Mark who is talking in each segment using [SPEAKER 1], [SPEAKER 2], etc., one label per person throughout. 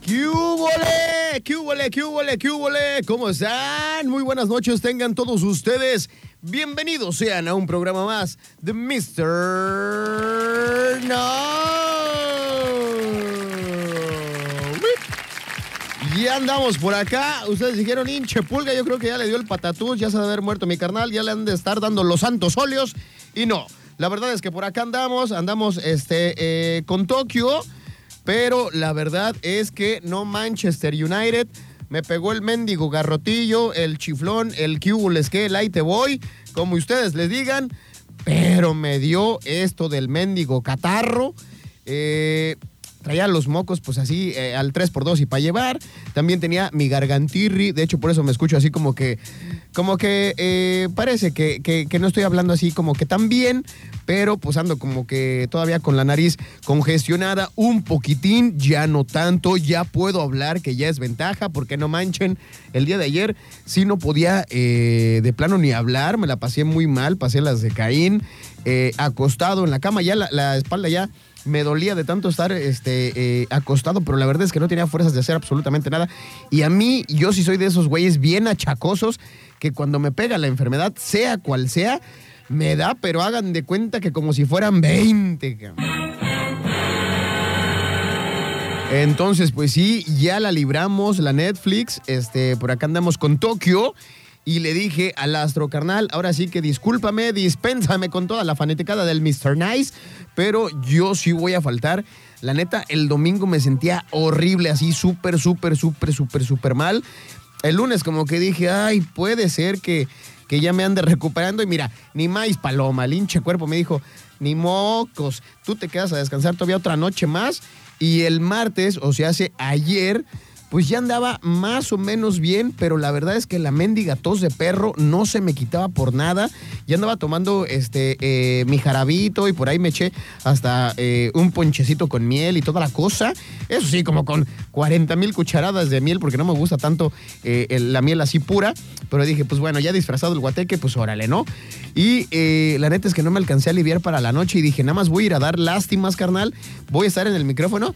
[SPEAKER 1] ¿Qué hubole? ¿Qué hubole? ¿Qué hubole? ¿Qué hubole? ¿Cómo están? Muy buenas noches tengan todos ustedes. Bienvenidos sean a un programa más de Mr. No. Ya andamos por acá. Ustedes dijeron, hinche pulga, yo creo que ya le dio el patatús, ya se debe haber muerto mi carnal, ya le han de estar dando los santos óleos. Y no, la verdad es que por acá andamos, andamos este, eh, con Tokio, pero la verdad es que no Manchester United. Me pegó el mendigo garrotillo, el chiflón, el cubules que, el ahí te voy, como ustedes les digan, pero me dio esto del mendigo catarro. Eh, Traía los mocos, pues así, eh, al 3x2 y para llevar. También tenía mi gargantirri. De hecho, por eso me escucho así como que. Como que eh, parece que, que- que no estoy hablando así como que tan bien. Pero pues ando como que todavía con la nariz congestionada un poquitín. Ya no tanto. Ya puedo hablar, que ya es ventaja. Porque no manchen. El día de ayer sí no podía eh, de plano ni hablar. Me la pasé muy mal. Pasé las de Caín. eh, acostado en la cama. Ya la- la espalda ya me dolía de tanto estar este, eh, acostado, pero la verdad es que no tenía fuerzas de hacer absolutamente nada. Y a mí, yo sí soy de esos güeyes bien achacosos que cuando me pega la enfermedad, sea cual sea, me da, pero hagan de cuenta que como si fueran 20. cabrón. Entonces, pues sí, ya la libramos, la Netflix. Este, por acá andamos con Tokio. Y le dije al astro carnal, ahora sí que discúlpame, dispénsame con toda la fanaticada del Mr. Nice, pero yo sí voy a faltar. La neta, el domingo me sentía horrible, así súper, súper, súper, súper, súper mal. El lunes como que dije, ay, puede ser que, que ya me ande recuperando. Y mira, ni más paloma, el hinche cuerpo me dijo, ni mocos, tú te quedas a descansar todavía otra noche más. Y el martes, o sea, hace ayer, pues ya andaba más o menos bien, pero la verdad es que la mendiga tos de perro no se me quitaba por nada. Ya andaba tomando este eh, mi jarabito y por ahí me eché hasta eh, un ponchecito con miel y toda la cosa. Eso sí, como con 40 mil cucharadas de miel, porque no me gusta tanto eh, el- la miel así pura. Pero dije, pues bueno, ya disfrazado el guateque, pues órale, ¿no? Y eh, la neta es que no me alcancé a aliviar para la noche y dije, nada más voy a ir a dar lástimas, carnal. Voy a estar en el micrófono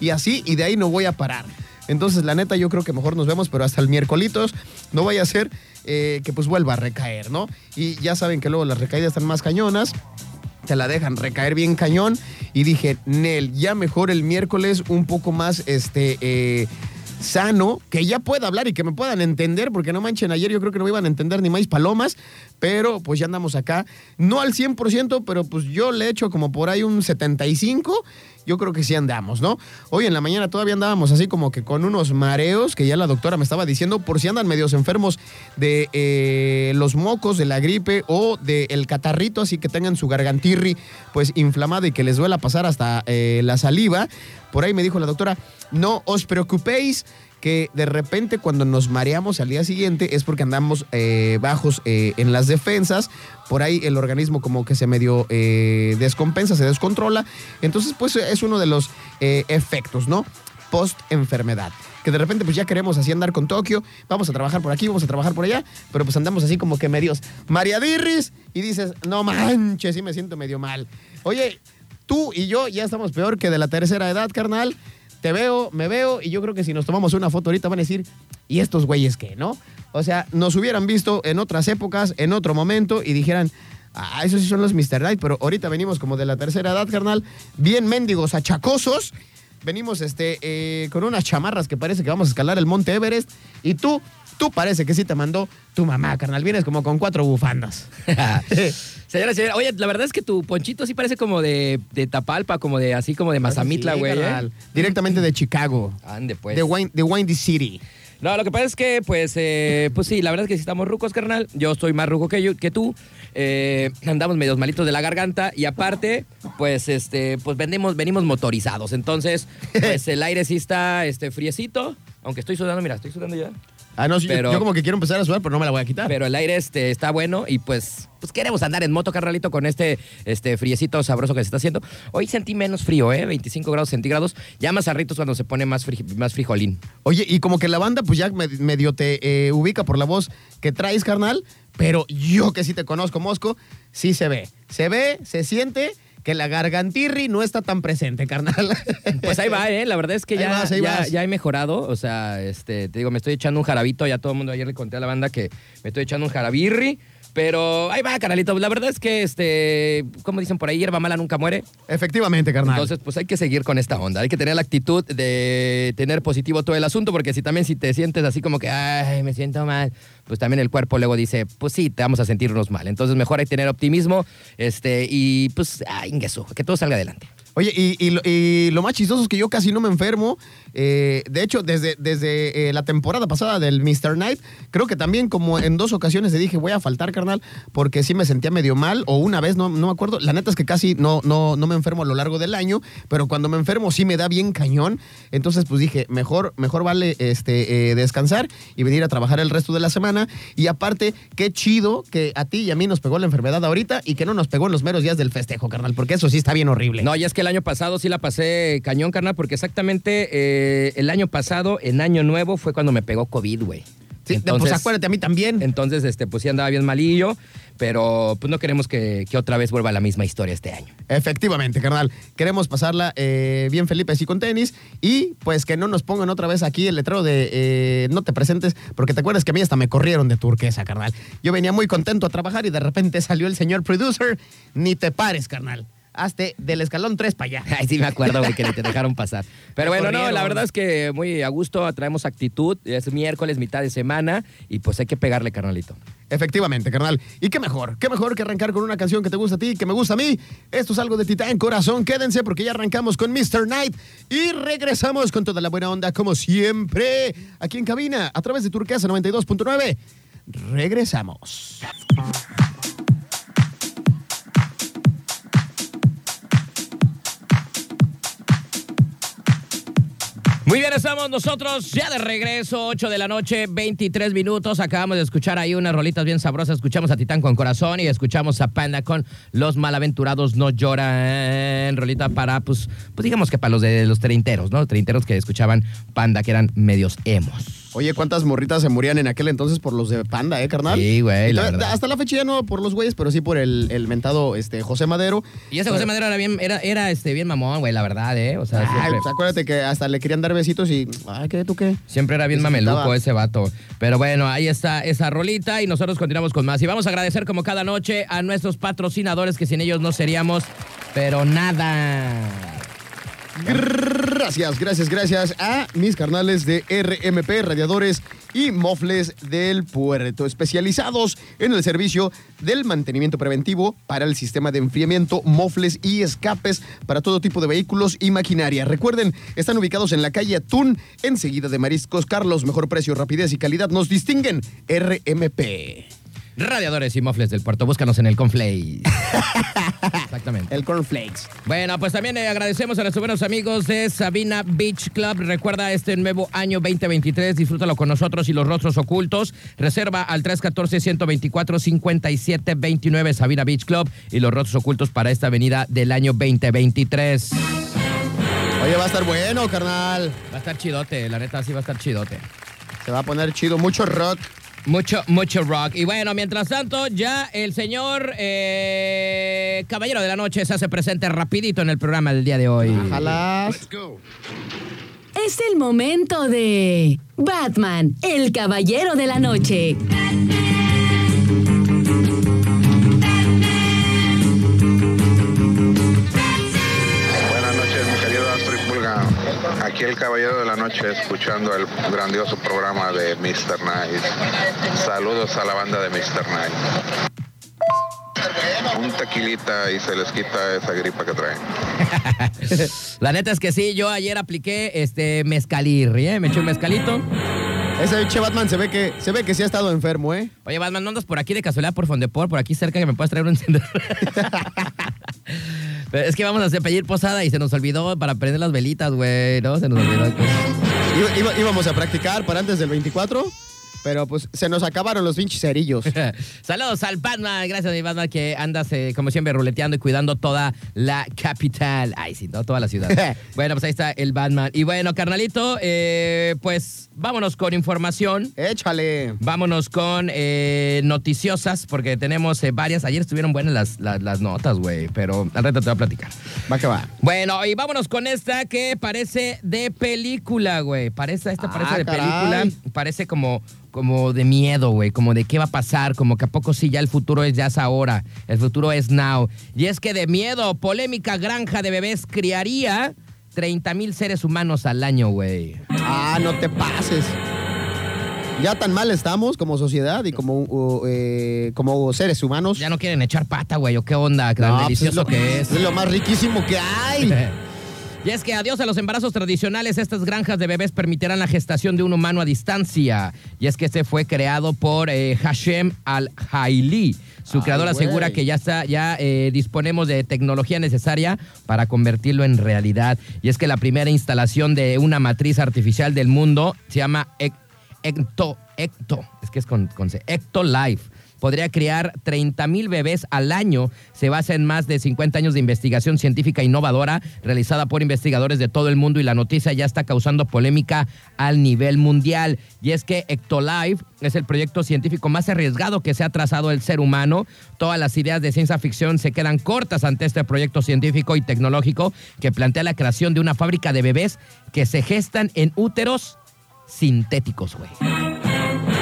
[SPEAKER 1] y así, y de ahí no voy a parar. Entonces, la neta, yo creo que mejor nos vemos, pero hasta el miércolitos no vaya a ser eh, que pues vuelva a recaer, ¿no? Y ya saben que luego las recaídas están más cañonas, te la dejan recaer bien cañón, y dije, Nel, ya mejor el miércoles un poco más, este, eh, sano, que ya pueda hablar y que me puedan entender, porque no manchen, ayer yo creo que no me iban a entender ni más palomas, pero pues ya andamos acá, no al 100%, pero pues yo le echo como por ahí un 75, yo creo que sí andamos, ¿no? Hoy en la mañana todavía andábamos así como que con unos mareos, que ya la doctora me estaba diciendo, por si andan medios enfermos de eh, los mocos, de la gripe o del catarrito, así que tengan su gargantirri pues inflamada y que les duela pasar hasta eh, la saliva. Por ahí me dijo la doctora, no os preocupéis que de repente cuando nos mareamos al día siguiente es porque andamos eh, bajos eh, en las defensas, por ahí el organismo como que se medio eh, descompensa, se descontrola, entonces pues es uno de los eh, efectos, ¿no? post enfermedad. Que de repente pues ya queremos así andar con Tokio, vamos a trabajar por aquí, vamos a trabajar por allá, pero pues andamos así como que medios mariadirris y dices, no manches, sí me siento medio mal. Oye, tú y yo ya estamos peor que de la tercera edad, carnal. Te veo, me veo y yo creo que si nos tomamos una foto ahorita van a decir, ¿y estos güeyes qué, no? O sea, nos hubieran visto en otras épocas, en otro momento y dijeran, ah, esos sí son los Mr. Night, pero ahorita venimos como de la tercera edad, carnal, bien mendigos, achacosos. Venimos este, eh, con unas chamarras que parece que vamos a escalar el Monte Everest. Y tú, tú parece que sí te mandó tu mamá, carnal. Vienes como con cuatro bufandas.
[SPEAKER 2] Señora, señora, oye, la verdad es que tu ponchito sí parece como de, de Tapalpa, como de así como de Mazamitla,
[SPEAKER 1] Sí,
[SPEAKER 2] güey. ¿eh?
[SPEAKER 1] carnal. Directamente de Chicago.
[SPEAKER 2] Ande, pues.
[SPEAKER 1] De, Win- de Windy City.
[SPEAKER 2] No, lo que pasa es que, pues, eh, pues sí, la verdad es que sí estamos rucos, carnal. Yo estoy más ruco que, yo, que tú. Eh, andamos medios malitos de la garganta y aparte, pues, este, pues vendemos, venimos motorizados. Entonces, pues el aire sí está, este, friecito. Aunque estoy sudando, mira, estoy sudando ya.
[SPEAKER 1] Ah, no, sí, yo-
[SPEAKER 2] Pero-
[SPEAKER 1] yo, como que quiero empezar a sudar, pero no me la voy a quitar.
[SPEAKER 2] Pero el aire este, está bueno y pues, pues queremos andar en moto, carnalito, con este, este friecito sabroso que se está haciendo. Hoy sentí menos frío, ¿eh? 25 grados centígrados. Ya más arritos cuando se pone más, fri- más frijolín.
[SPEAKER 1] Oye, y como que la banda, pues ya me- medio te eh, ubica por la voz que traes, carnal. Pero yo que sí te conozco, Mosco, sí se ve. Se ve, se siente que la gargantirri no está tan presente, carnal.
[SPEAKER 2] Pues ahí va, ¿eh? La verdad es que
[SPEAKER 1] Ahí
[SPEAKER 2] ya,
[SPEAKER 1] vas, ahí
[SPEAKER 2] ya-
[SPEAKER 1] vas.
[SPEAKER 2] ya he mejorado. O sea, este, te digo, me estoy echando un jarabito. Ya todo el mundo ayer le conté a la banda que me estoy echando un jarabirri. Pero ahí va, carnalito. La verdad es que, este, como dicen por ahí, hierba mala nunca muere.
[SPEAKER 1] Efectivamente, carnal.
[SPEAKER 2] Entonces, pues hay que seguir con esta onda. Hay que tener la actitud de tener positivo todo el asunto, porque si también si te sientes así como que, ay, me siento mal, pues también el cuerpo luego dice, pues sí, te vamos a sentirnos mal. Entonces, mejor hay que tener optimismo, este, y pues, ay, ingeso, que todo salga adelante.
[SPEAKER 1] Oye, y, y lo- y lo más chistoso es que yo casi no me enfermo. Eh, de hecho, desde, desde eh, la temporada pasada del Mr. Knight, creo que también como en dos ocasiones le dije, voy a faltar, carnal, porque sí me sentía medio mal, o una vez, no, no me acuerdo. La neta es que casi no, no, no me enfermo a lo largo del año, pero cuando me enfermo sí me da bien cañón. Entonces, pues dije, mejor, mejor vale este, eh, descansar y venir a trabajar el resto de la semana. Y aparte, qué chido que a ti y a mí nos pegó la enfermedad ahorita y que no nos pegó en los meros días del festejo, carnal, porque eso sí está bien horrible.
[SPEAKER 2] No, y es que el año pasado sí la pasé cañón, carnal, porque exactamente eh, el año pasado, en Año Nuevo, fue cuando me pegó COVID, güey.
[SPEAKER 1] Sí, pues acuérdate, a mí también.
[SPEAKER 2] Entonces, este, pues sí andaba bien malillo, pero pues no queremos que, que otra vez vuelva la misma historia este año.
[SPEAKER 1] Efectivamente, carnal. Queremos pasarla eh, bien Felipe así con tenis y pues que no nos pongan otra vez aquí el letrero de eh, no te presentes, porque te acuerdas que a mí hasta me corrieron de turquesa, carnal. Yo venía muy contento a trabajar y de repente salió el señor producer, ni te pares, carnal. Hazte del escalón 3 para allá.
[SPEAKER 2] Ay, sí me acuerdo, güey, que ni te dejaron pasar. Pero
[SPEAKER 1] Me
[SPEAKER 2] bueno, no,
[SPEAKER 1] corrieron.
[SPEAKER 2] la verdad es que muy a gusto, traemos actitud, es miércoles, mitad de semana, y pues hay que pegarle, carnalito.
[SPEAKER 1] Efectivamente, carnal. Y qué mejor, qué mejor que arrancar con una canción que te gusta a ti, que me gusta a mí. Esto es algo de Titán Corazón. Quédense porque ya arrancamos con Mr. Knight y regresamos con toda la buena onda, como siempre, aquí en cabina, a través de Turquesa 92.9. Regresamos.
[SPEAKER 2] Muy bien, estamos nosotros ya de regreso, 8 de la noche, 23 minutos. Acabamos de escuchar ahí unas rolitas bien sabrosas. Escuchamos a Titán con Corazón y escuchamos a Panda con Los Malaventurados No Lloran. Rolita para, pues, pues digamos que para los de los treinteros, ¿no? Treinteros que escuchaban Panda, que eran medios emos.
[SPEAKER 1] Oye, ¿cuántas morritas se morían en aquel entonces por los de Panda, eh, carnal?
[SPEAKER 2] Sí, güey, la
[SPEAKER 1] Hasta-
[SPEAKER 2] verdad.
[SPEAKER 1] Hasta la fecha ya no por los güeyes, pero sí por el, el mentado este, José Madero.
[SPEAKER 2] Y ese José Madero era bien, era, era este, bien mamón, güey, la verdad, ¿eh? O sea,
[SPEAKER 1] Ay,
[SPEAKER 2] siempre,
[SPEAKER 1] pues, acuérdate que hasta le querían dar besitos y. Ay, ¿qué? ¿Tú qué?
[SPEAKER 2] siempre era bien
[SPEAKER 1] se
[SPEAKER 2] mameluco
[SPEAKER 1] quitaba.
[SPEAKER 2] ese vato. Pero bueno, ahí está esa rolita y nosotros continuamos con más. Y vamos a agradecer como cada noche a nuestros patrocinadores que sin ellos no seríamos, pero nada.
[SPEAKER 1] Gracias, gracias, gracias a mis carnales de RMP, radiadores y mofles del puerto, especializados en el servicio del mantenimiento preventivo para el sistema de enfriamiento, mofles y escapes para todo tipo de vehículos y maquinaria. Recuerden, están ubicados en la calle Atún, enseguida de Mariscos Carlos. Mejor precio, rapidez y calidad nos distinguen. RMP.
[SPEAKER 2] Radiadores y mofles del puerto, búscanos en el Conflay. Exactamente.
[SPEAKER 1] El Cornflakes.
[SPEAKER 2] Bueno, pues también eh, agradecemos a nuestros buenos amigos de Sabina Beach Club. Recuerda este nuevo año 2023, disfrútalo con nosotros y los rostros ocultos. Reserva al 314-124-5729 Sabina Beach Club y los rostros ocultos para esta avenida del año 2023.
[SPEAKER 1] Oye, va a estar bueno, carnal.
[SPEAKER 2] Va a estar chidote, la neta sí va a estar chidote.
[SPEAKER 1] Se va a poner chido, mucho rock.
[SPEAKER 2] Mucho, mucho rock. Y bueno, mientras tanto, ya el señor eh, Caballero de la Noche se hace presente rapidito en el programa del día de hoy.
[SPEAKER 1] Jalas.
[SPEAKER 3] Es el momento de Batman, el Caballero de la Noche.
[SPEAKER 4] Buenas noches, mi querido Astrid Pulga. Aquí el Caballero de la Noche escuchando el grandioso programa de Mr. Nice. Saludos a la banda de Mr. Nice. Un tequilita y se les quita esa gripa que traen.
[SPEAKER 2] La neta es que sí, yo ayer apliqué este mezcalirri, ¿eh? Me eché un mezcalito.
[SPEAKER 1] Ese biche Batman se ve que se ve que sí ha estado enfermo, ¿eh?
[SPEAKER 2] Oye, Batman, ¿no andas por aquí de casualidad por Fondeport, por aquí cerca que me puedas traer un encendedor? Pero es que vamos a hacer- pedir posada y se nos olvidó para prender las velitas, güey, ¿no? Se nos olvidó.
[SPEAKER 1] Iba- iba- íbamos a practicar para antes del 24 Pero pues se nos acabaron los pinches cerillos.
[SPEAKER 2] Saludos al Batman, gracias mi Batman que andas eh, como siempre ruleteando y cuidando toda la capital. Ay, sí, no, toda la ciudad. bueno, pues ahí está el Batman. Y bueno, carnalito, eh, pues vámonos con información.
[SPEAKER 1] Échale.
[SPEAKER 2] Vámonos con eh, noticiosas, porque tenemos eh, varias. Ayer estuvieron buenas las, las, las notas, güey, pero al rato te voy a platicar.
[SPEAKER 1] Va que va.
[SPEAKER 2] Bueno, y vámonos con esta que parece de película, güey. Parece, esta
[SPEAKER 1] Ah,
[SPEAKER 2] parece de
[SPEAKER 1] caray.
[SPEAKER 2] película. Parece como, como de miedo, güey. Como de qué va a pasar. Como que a poco sí ya el futuro es ya es ahora. El futuro es now. Y es que de miedo, polémica granja de bebés criaría 30 mil seres humanos al año, güey.
[SPEAKER 1] Ah, no te pases. Ya tan mal estamos como sociedad y como, uh, eh, como seres humanos.
[SPEAKER 2] Ya no quieren echar pata, güey. ¿O qué onda? Tan
[SPEAKER 1] No, pues,
[SPEAKER 2] delicioso
[SPEAKER 1] lo-
[SPEAKER 2] que es.
[SPEAKER 1] Es lo más riquísimo que hay.
[SPEAKER 2] Y es que adiós a los embarazos tradicionales, estas granjas de bebés permitirán la gestación de un humano a distancia. Y es que este fue creado por eh, Hashem Al-Haili. Su
[SPEAKER 1] Ay,
[SPEAKER 2] creador asegura
[SPEAKER 1] güey.
[SPEAKER 2] que ya, está, ya eh, disponemos de tecnología necesaria para convertirlo en realidad. Y es que la primera instalación de una matriz artificial del mundo se llama Ec- Ecto, Ecto, es que es con, con C, Ecto Life. Podría criar 30 mil bebés al año. Se basa en más de 50 años de investigación científica innovadora realizada por investigadores de todo el mundo y la noticia ya está causando polémica al nivel mundial. Y es que Ectolife es el proyecto científico más arriesgado que se ha trazado el ser humano. Todas las ideas de ciencia ficción se quedan cortas ante este proyecto científico y tecnológico que plantea la creación de una fábrica de bebés que se gestan en úteros sintéticos, güey.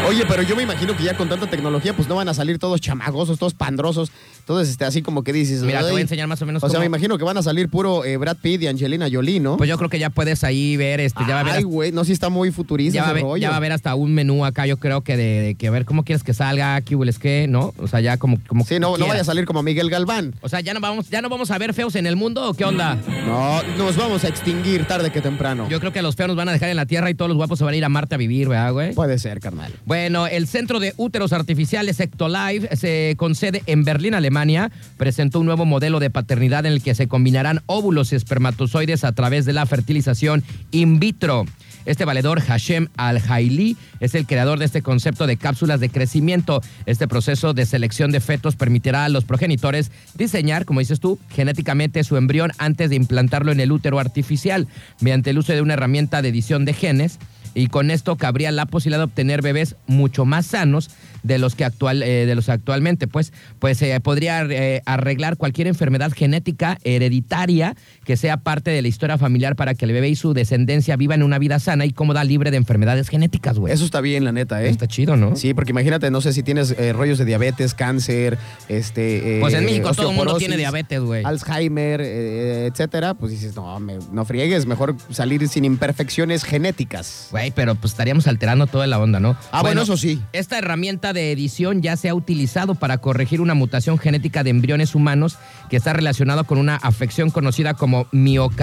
[SPEAKER 1] Oye, pero yo me imagino que ya con tanta tecnología, pues no van a salir todos chamagosos, todos pandrosos. Entonces, este, así como que dices.
[SPEAKER 2] Mira, te voy
[SPEAKER 1] "Ay".
[SPEAKER 2] a enseñar más o
[SPEAKER 1] O
[SPEAKER 2] menos
[SPEAKER 1] sea,
[SPEAKER 2] cómo-
[SPEAKER 1] me imagino que van a salir puro eh, Brad Pitt y Angelina Jolie, ¿no?
[SPEAKER 2] Pues yo creo que ya puedes ahí ver, este, ya va a haber,
[SPEAKER 1] Ay, güey, no, sí está muy futurista
[SPEAKER 2] ya va
[SPEAKER 1] ese
[SPEAKER 2] a haber-
[SPEAKER 1] rollo.
[SPEAKER 2] ya va a haber hasta un menú acá, yo creo que de, de que a ver cómo quieres que salga, qué hueles qué, ¿no? O sea, ya como, como
[SPEAKER 1] Sí, no, no
[SPEAKER 2] quieras.
[SPEAKER 1] vaya a salir como Miguel Galván.
[SPEAKER 2] O sea, ya no vamos, ya no vamos a ver feos en el mundo o qué onda?
[SPEAKER 1] No, nos vamos a extinguir tarde que temprano.
[SPEAKER 2] Yo creo que los feos nos van a dejar en la tierra y todos los guapos se van a ir a Marte a vivir, ¿verdad, güey?
[SPEAKER 1] Puede ser, carnal.
[SPEAKER 2] Bueno, el Centro de Úteros Artificiales Ectolife, se, con sede en Berlín, Alemania, presentó un nuevo modelo de paternidad en el que se combinarán óvulos y espermatozoides a través de la fertilización in vitro. Este valedor, Hashem Al-Haili, es el creador de este concepto de cápsulas de crecimiento. Este proceso de selección de fetos permitirá a los progenitores diseñar, como dices tú, genéticamente su embrión antes de implantarlo en el útero artificial, mediante el uso de una herramienta de edición de genes y con esto cabría la posibilidad de obtener bebés mucho más sanos de los que actual eh, de los actualmente pues pues se podría eh, arreglar cualquier enfermedad genética hereditaria que sea parte de la historia familiar para que el bebé y su descendencia vivan una vida sana y cómoda libre de enfermedades genéticas güey
[SPEAKER 1] Eso está bien, la neta, ¿eh?
[SPEAKER 2] está chido no
[SPEAKER 1] Sí, porque imagínate, no sé si tienes eh, rollos de diabetes, cáncer, este. eh,
[SPEAKER 2] Pues en México todo el mundo
[SPEAKER 1] osteoporosis,
[SPEAKER 2] tiene diabetes, güey.
[SPEAKER 1] Alzheimer, eh, etcétera. Pues dices, no, me- no friegues, mejor salir sin imperfecciones genéticas.
[SPEAKER 2] Güey, pero pues estaríamos alterando toda la onda, ¿no?
[SPEAKER 1] Ah, bueno, eso sí.
[SPEAKER 2] Esta herramienta de edición ya se ha utilizado para corregir una mutación genética de embriones humanos que está relacionada con una afección conocida como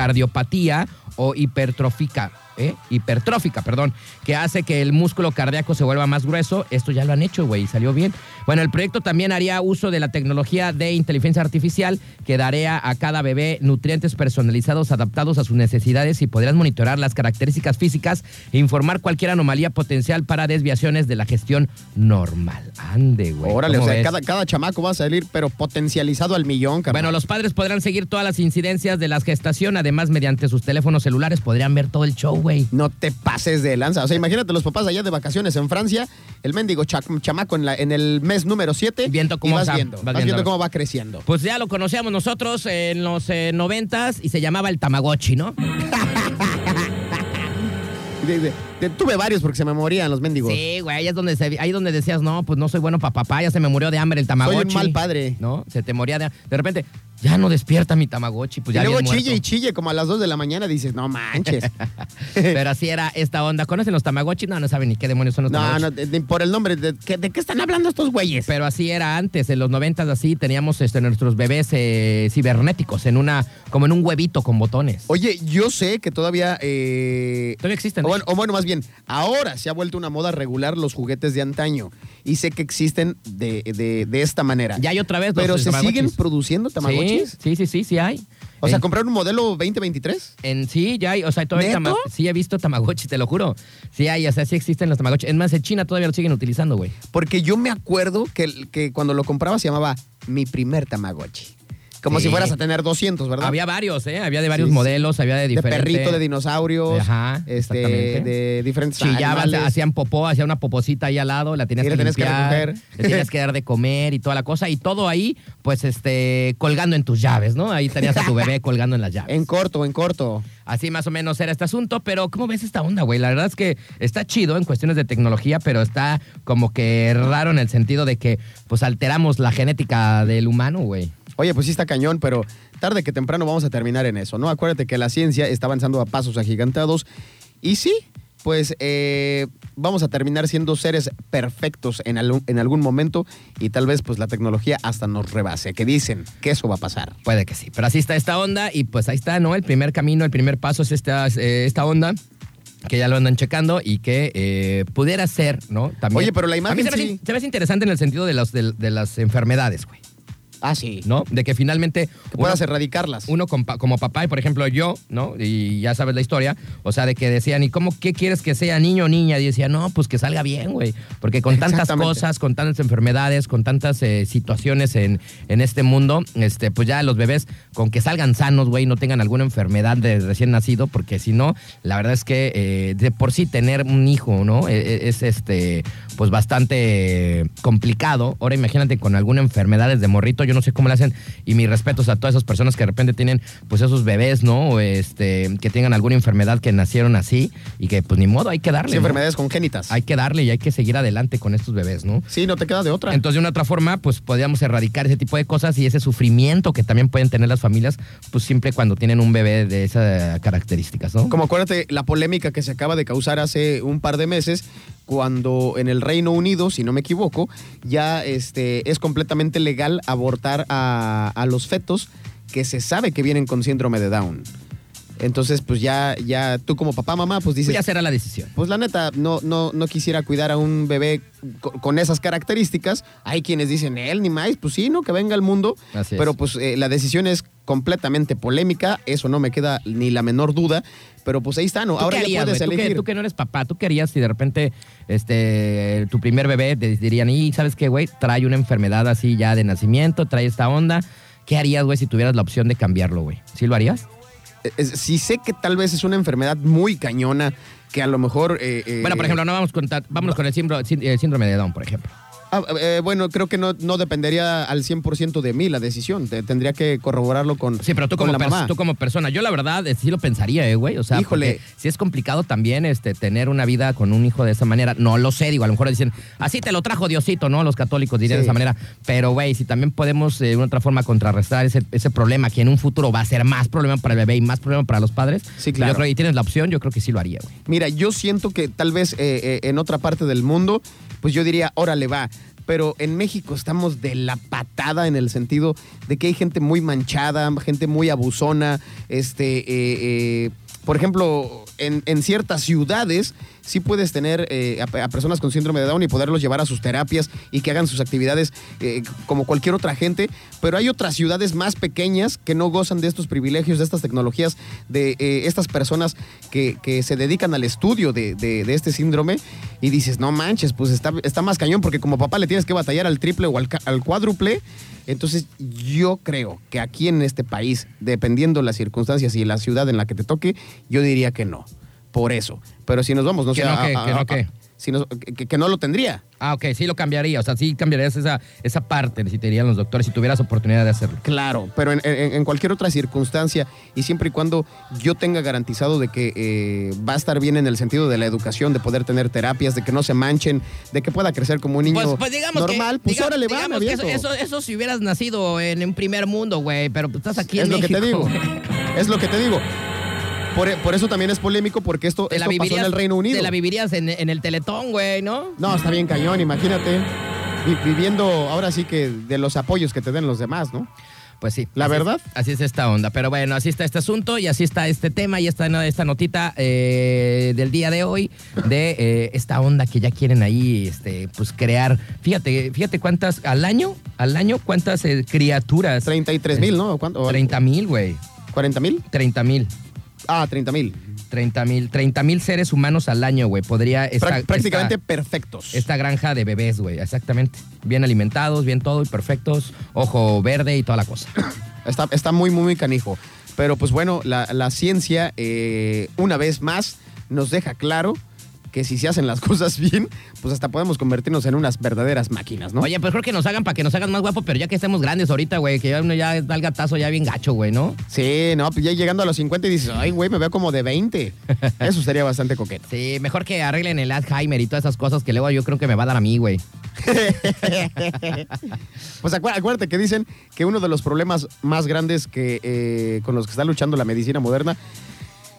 [SPEAKER 2] miocardiopatía o hipertrófica. ¿eh? Hipertrófica, perdón, que hace que el músculo cardíaco se vuelva más grueso. Esto ya lo han hecho, güey, y salió bien. Bueno, el proyecto también haría uso de la tecnología de inteligencia artificial que daría a cada bebé nutrientes personalizados adaptados a sus necesidades y podrías monitorar las características físicas e informar cualquier anomalía potencial para desviaciones de la gestión normal. Ande, güey.
[SPEAKER 1] Órale, o
[SPEAKER 2] ¿cómo
[SPEAKER 1] sea,
[SPEAKER 2] ves?
[SPEAKER 1] cada, cada chamaco va a salir, pero potencializado al millón, carnal.
[SPEAKER 2] Bueno, los padres podrán seguir todas las incidencias de la gestación. Además, mediante sus teléfonos celulares podrían ver todo el show, güey.
[SPEAKER 1] No te pases de lanza. O sea, imagínate los papás allá de vacaciones en Francia, el mendigo cha- chamaco en, la- en el mes número 7.
[SPEAKER 2] Viendo cómo
[SPEAKER 1] vas
[SPEAKER 2] va-
[SPEAKER 1] viendo,
[SPEAKER 2] vas
[SPEAKER 1] vas
[SPEAKER 2] viendo.
[SPEAKER 1] viendo cómo va creciendo.
[SPEAKER 2] Pues ya lo conocíamos nosotros en los eh, noventas y se llamaba el Tamagotchi, ¿no?
[SPEAKER 1] De- de- de- tuve varios porque se me morían los mendigos.
[SPEAKER 2] Sí, güey, ahí es donde se- ahí es donde decías, no, pues no soy bueno para papá, ya se me murió de hambre el tamagotchi.
[SPEAKER 1] Soy un mal padre.
[SPEAKER 2] ¿No? Se te moría de De repente, ya no despierta mi tamagotchi, pues ya
[SPEAKER 1] y luego
[SPEAKER 2] bien
[SPEAKER 1] chille y
[SPEAKER 2] muerto.
[SPEAKER 1] chille como a las 2 de la mañana dices, no manches.
[SPEAKER 2] Pero así era esta onda. ¿Conocen los tamagotchi? No, no saben ni qué demonios son los
[SPEAKER 1] no,
[SPEAKER 2] tamagotchi.
[SPEAKER 1] no, de- de- por el nombre, ¿de qué, de qué están hablando estos güeyes?
[SPEAKER 2] Pero así era antes, en los noventas así teníamos este, nuestros bebés eh, cibernéticos en una, como en un huevito con botones.
[SPEAKER 1] Oye, yo sé que todavía... eh,
[SPEAKER 2] Todavía existen.
[SPEAKER 1] o
[SPEAKER 2] ¿eh?
[SPEAKER 1] bueno, o bueno, más bien, ahora se ha vuelto una moda regular los juguetes de antaño. Y sé que existen de, de- de esta manera.
[SPEAKER 2] Ya hay otra vez los
[SPEAKER 1] Pero se
[SPEAKER 2] Tamagotchis.
[SPEAKER 1] siguen produciendo tamagotchis coches?
[SPEAKER 2] Sí, sí, sí, sí hay.
[SPEAKER 1] O sea,
[SPEAKER 2] En-
[SPEAKER 1] comprar un modelo 2023.
[SPEAKER 2] En sí, ya hay, o sea, todavía
[SPEAKER 1] ¿Neto?
[SPEAKER 2] tama- sí he visto Tamagotchi, te lo juro. Sí hay, o sea, sí existen los Tamagotchi. Es más, en China todavía lo siguen utilizando, güey.
[SPEAKER 1] Porque yo me acuerdo que, que cuando lo compraba se llamaba mi primer Tamagotchi. Como
[SPEAKER 2] Sí.
[SPEAKER 1] si fueras a tener 200, ¿verdad?
[SPEAKER 2] Había varios, ¿eh? Había de varios
[SPEAKER 1] Sí, sí.
[SPEAKER 2] modelos, había de
[SPEAKER 1] de
[SPEAKER 2] diferentes.
[SPEAKER 1] perrito, de dinosaurios,
[SPEAKER 2] Ajá,
[SPEAKER 1] este,
[SPEAKER 2] exactamente.
[SPEAKER 1] de diferentes
[SPEAKER 2] Chillaba,
[SPEAKER 1] animales.
[SPEAKER 2] hacían popó, hacía una popocita ahí al lado, la tenías
[SPEAKER 1] Sí,
[SPEAKER 2] que
[SPEAKER 1] la tenías que
[SPEAKER 2] limpiar,
[SPEAKER 1] recoger.
[SPEAKER 2] le tenías que dar de comer y toda la cosa, y todo ahí, pues, este, colgando en tus llaves, ¿no? Ahí tenías a tu bebé colgando en las llaves.
[SPEAKER 1] En corto, en corto.
[SPEAKER 2] Así más o menos era este asunto, pero ¿cómo ves esta onda, güey? La verdad es que está chido en cuestiones de tecnología, pero está como que raro en el sentido de que pues alteramos la genética del humano, güey.
[SPEAKER 1] Oye, pues sí está cañón, pero tarde que temprano vamos a terminar en eso, ¿no? Acuérdate que la ciencia está avanzando a pasos agigantados y sí, pues eh, vamos a terminar siendo seres perfectos en, algún- en algún momento y tal vez pues la tecnología hasta nos rebase, que dicen que eso va a pasar.
[SPEAKER 2] Puede que sí, pero así está esta onda y pues ahí está, ¿no? El primer camino, el primer paso es esta, eh, esta onda que ya lo andan checando y que eh, pudiera ser, ¿no? También,
[SPEAKER 1] Oye, pero la
[SPEAKER 2] A mí
[SPEAKER 1] imagen
[SPEAKER 2] se, me hace-
[SPEAKER 1] sí.
[SPEAKER 2] se me hace interesante en el sentido de, los, de, de las enfermedades, güey,
[SPEAKER 1] Ah, sí.
[SPEAKER 2] ¿no? De que finalmente...
[SPEAKER 1] Que
[SPEAKER 2] uno-
[SPEAKER 1] puedas erradicarlas.
[SPEAKER 2] uno con pa- como papá, y por ejemplo yo, ¿no? Y ya sabes la historia, o sea, de que decían, ¿y cómo, qué quieres que sea, niño o niña? Y decía, no, pues que salga bien, güey. Porque con tantas
[SPEAKER 1] Exactamente.
[SPEAKER 2] cosas, con tantas enfermedades, con tantas eh, situaciones en, en este mundo, este, pues ya los bebés, con que salgan sanos, güey, no tengan alguna enfermedad de recién nacido, porque si no, la verdad es que eh, de por sí tener un hijo, ¿no? Eh, eh, Es, este, pues bastante eh, complicado. Ahora imagínate con alguna enfermedad desde morrito, yo no sé cómo le hacen. Y mis respetos a todas esas personas que de repente tienen, pues esos bebés, ¿no? O, Este, que tengan alguna enfermedad que nacieron así y que, pues ni modo, hay que darle.
[SPEAKER 1] Sí,
[SPEAKER 2] ¿no?
[SPEAKER 1] enfermedades congénitas.
[SPEAKER 2] Hay que darle y hay que seguir adelante con estos bebés, ¿no?
[SPEAKER 1] Sí, no te queda de otra.
[SPEAKER 2] Entonces, de una otra forma, pues podríamos erradicar ese tipo de cosas y ese sufrimiento que también pueden tener las familias, pues siempre cuando tienen un bebé de esas características, ¿no? Pues,
[SPEAKER 1] Como acuérdate la polémica que se acaba de causar hace un par de meses, cuando en el Reino Unido, si no me equivoco, ya este, es completamente legal abortar a, a los fetos que se sabe que vienen con síndrome de Down. Entonces, pues ya, ya tú como papá, mamá, pues dices,
[SPEAKER 2] ya será la decisión.
[SPEAKER 1] pues la neta, no, no, no quisiera cuidar a un bebé co- con esas características. Hay quienes dicen, él ni más, pues sí, no, que venga al mundo.
[SPEAKER 2] Así es.
[SPEAKER 1] pero pues eh, la decisión es completamente polémica, eso no me queda ni la menor duda. Pero pues ahí está, ¿no?
[SPEAKER 2] ¿Tú
[SPEAKER 1] Ahora
[SPEAKER 2] qué harías,
[SPEAKER 1] ya puedes
[SPEAKER 2] güey? ¿Tú qué-
[SPEAKER 1] elegir.
[SPEAKER 2] Tú que, no eres papá, ¿tú querías si de repente este, tu primer bebé te dirían, y sabes qué, güey, trae una enfermedad así ya de nacimiento, trae esta onda? ¿Qué harías, güey, si tuvieras la opción de cambiarlo, güey? ¿Sí lo harías?
[SPEAKER 1] Eh, eh, si sé que tal vez es una enfermedad muy cañona, que a lo mejor... eh, eh,
[SPEAKER 2] bueno, por ejemplo, no vamos con, ta- vámonos con el síndrome, el síndrome de Down, por ejemplo.
[SPEAKER 1] ah, eh, bueno, creo que no, no dependería al 100% de mí la decisión. Te- tendría que corroborarlo con,
[SPEAKER 2] Sí, pero tú
[SPEAKER 1] con
[SPEAKER 2] como,
[SPEAKER 1] la
[SPEAKER 2] pers-
[SPEAKER 1] mamá.
[SPEAKER 2] tú como persona, yo la verdad eh, sí lo pensaría, eh, güey. O sea,
[SPEAKER 1] Híjole.
[SPEAKER 2] porque sí es complicado también este, tener una vida con un hijo de esa manera. No lo sé, digo, a lo mejor dicen, así te lo trajo Diosito, ¿no? Los católicos dirían
[SPEAKER 1] Sí.
[SPEAKER 2] de esa manera. Pero, güey, si también podemos eh, de una otra forma contrarrestar ese, ese problema que en un futuro va a ser más problema para el bebé y más problema para los padres.
[SPEAKER 1] Sí, claro.
[SPEAKER 2] Yo creo que tienes la opción, yo creo que sí lo haría, güey.
[SPEAKER 1] Mira, yo siento que tal vez eh, eh, en otra parte del mundo, pues yo diría, órale va. Pero en México estamos de la patada en el sentido de que hay gente muy manchada, gente muy abusona. Este, eh, eh, por ejemplo, en, en ciertas ciudades sí puedes tener eh, a, a personas con síndrome de Down y poderlos llevar a sus terapias y que hagan sus actividades eh, como cualquier otra gente. Pero hay otras ciudades más pequeñas que no gozan de estos privilegios, de estas tecnologías, de eh, estas personas que, que se dedican al estudio de, de- de este síndrome y dices, no manches, pues está, está más cañón porque como papá le tienes que batallar al triple o al, ca- al cuádruple. Entonces yo creo que aquí en este país, dependiendo las circunstancias y la ciudad en la que te toque, yo diría que no. Por eso. Pero si nos vamos, no
[SPEAKER 2] Que
[SPEAKER 1] sé,
[SPEAKER 2] no,
[SPEAKER 1] a-
[SPEAKER 2] que-
[SPEAKER 1] a-
[SPEAKER 2] que no,
[SPEAKER 1] a-
[SPEAKER 2] que-
[SPEAKER 1] si nos- que- que no lo tendría.
[SPEAKER 2] Ah, ok, sí lo cambiaría. O sea, sí cambiarías esa, esa parte, si te dirían los doctores, si tuvieras oportunidad de hacerlo.
[SPEAKER 1] Claro, pero en, en- en cualquier otra circunstancia y siempre y cuando yo tenga garantizado de que eh, va a estar bien en el sentido de la educación, de poder tener terapias, de que no se manchen, de que pueda crecer como un niño
[SPEAKER 2] Pues, pues digamos
[SPEAKER 1] normal,
[SPEAKER 2] que,
[SPEAKER 1] pues
[SPEAKER 2] diga-
[SPEAKER 1] órale, va, me
[SPEAKER 2] digamos que eso,
[SPEAKER 1] aviento.
[SPEAKER 2] eso, eso si hubieras nacido en un primer mundo, güey, pero pues estás aquí
[SPEAKER 1] es
[SPEAKER 2] en
[SPEAKER 1] lo que te
[SPEAKER 2] México.
[SPEAKER 1] digo, es lo que te digo. Por, por eso también es polémico porque esto,
[SPEAKER 2] Te la
[SPEAKER 1] esto pasó en
[SPEAKER 2] vivirías-
[SPEAKER 1] el Reino Unido.
[SPEAKER 2] Te la vivirías en, en el Teletón, güey, ¿no?
[SPEAKER 1] No, está bien cañón, imagínate. vi- Viviendo ahora sí que de los apoyos que te den los demás, ¿no?
[SPEAKER 2] Pues sí.
[SPEAKER 1] ¿La
[SPEAKER 2] así es-
[SPEAKER 1] verdad?
[SPEAKER 2] así es esta onda. Pero bueno, así está este asunto y así está este tema y esta, esta notita eh, del día de hoy de eh, esta onda que ya quieren ahí este, pues crear. Fíjate, fíjate cuántas, al año, al año, cuántas eh, criaturas.
[SPEAKER 1] 33 mil, ¿no? ¿O ¿Cuánto? ¿O
[SPEAKER 2] 30 mil, güey.
[SPEAKER 1] 40 mil.
[SPEAKER 2] 30 mil.
[SPEAKER 1] Ah, 30 mil.
[SPEAKER 2] 30 mil. 30 mil seres humanos al año, güey. Podría esta- esta-
[SPEAKER 1] Prácticamente perfectos.
[SPEAKER 2] esta granja de bebés, güey, exactamente. Bien alimentados, bien todo y perfectos, ojo verde y toda la cosa.
[SPEAKER 1] Está, está muy, muy, muy canijo. Pero pues bueno, la, la ciencia, eh, una vez más, nos deja claro que si se hacen las cosas bien, pues hasta podemos convertirnos en unas verdaderas máquinas, ¿no?
[SPEAKER 2] Oye, pues creo que nos hagan para que nos hagan más guapos, pero ya que estemos grandes ahorita, güey, que ya uno ya da el gatazo ya bien gacho, güey, ¿no?
[SPEAKER 1] Sí, no, pues ya llegando a los 50 y dices, ay, güey, me veo como de 20. Eso sería bastante coqueto.
[SPEAKER 2] Sí, mejor que arreglen el Alzheimer y todas esas cosas que luego yo creo que me va a dar a mí, güey.
[SPEAKER 1] Pues acué- acuérdate que dicen que uno de los problemas más grandes que, eh, con los que está luchando la medicina moderna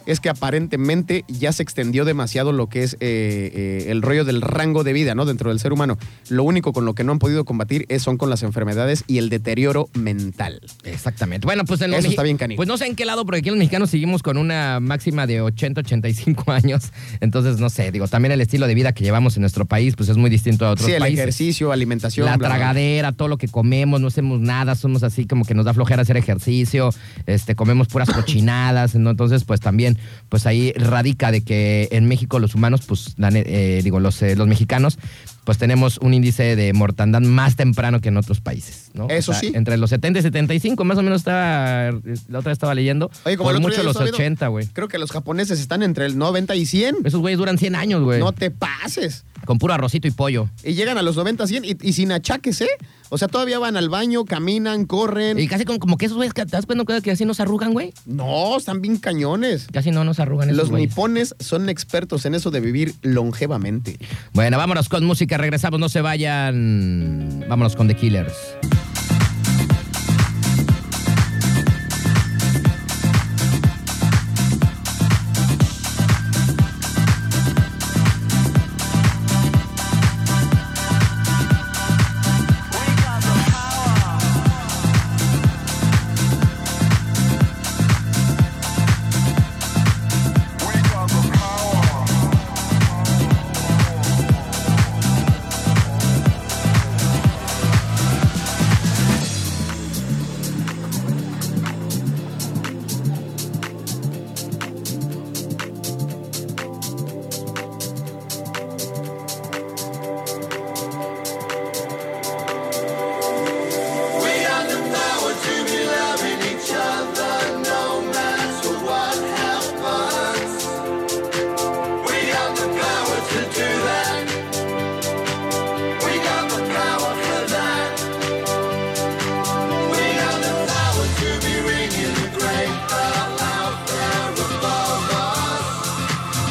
[SPEAKER 1] es que aparentemente ya se extendió demasiado lo que es eh, eh, el rollo del rango de vida, ¿no? Dentro del ser humano. Lo único con lo que no han podido combatir es, son con las enfermedades y el deterioro mental.
[SPEAKER 2] Exactamente. Bueno, pues en los
[SPEAKER 1] Eso
[SPEAKER 2] Meji-
[SPEAKER 1] está bien canijo.
[SPEAKER 2] Pues no sé en qué lado, porque aquí los mexicanos seguimos con una máxima de 80, 85 años. Entonces, no sé, digo, también el estilo de vida que llevamos en nuestro país, pues es muy distinto a otros
[SPEAKER 1] Sí, el
[SPEAKER 2] países.
[SPEAKER 1] ejercicio, alimentación.
[SPEAKER 2] La
[SPEAKER 1] bla, bla, bla.
[SPEAKER 2] tragadera, todo lo que comemos, no hacemos nada, somos así como que nos da flojera hacer ejercicio, este, comemos puras cochinadas, ¿no? entonces pues también, pues ahí radica de que en México los humanos, pues, la ne- eh, digo, los, eh, los mexicanos, pues tenemos un índice de mortandad más temprano que en otros países, ¿no?
[SPEAKER 1] Eso sí.
[SPEAKER 2] Entre los 70 y 75, más o menos estaba, la otra vez estaba leyendo,
[SPEAKER 1] Oye, como
[SPEAKER 2] por
[SPEAKER 1] el otro día
[SPEAKER 2] mucho
[SPEAKER 1] yo
[SPEAKER 2] los
[SPEAKER 1] estaba viendo-
[SPEAKER 2] 80, güey.
[SPEAKER 1] Creo que los japoneses están entre el 90 y 100.
[SPEAKER 2] Esos güeyes duran 100 años, güey,
[SPEAKER 1] No te pases.
[SPEAKER 2] con puro arrocito y pollo.
[SPEAKER 1] Y llegan a los 90, 100 y, y sin achaques, ¿eh? O sea, todavía van al baño, caminan, corren.
[SPEAKER 2] Y casi como, como que esos güeyes, que- ¿te das cuenta que así nos arrugan, güey?
[SPEAKER 1] No, están bien cañones.
[SPEAKER 2] Casi no nos arrugan esos
[SPEAKER 1] Los
[SPEAKER 2] güeyes.
[SPEAKER 1] nipones son expertos en eso de vivir longevamente.
[SPEAKER 2] Bueno, vámonos con música, regresamos, no se vayan. Vámonos con The Killers.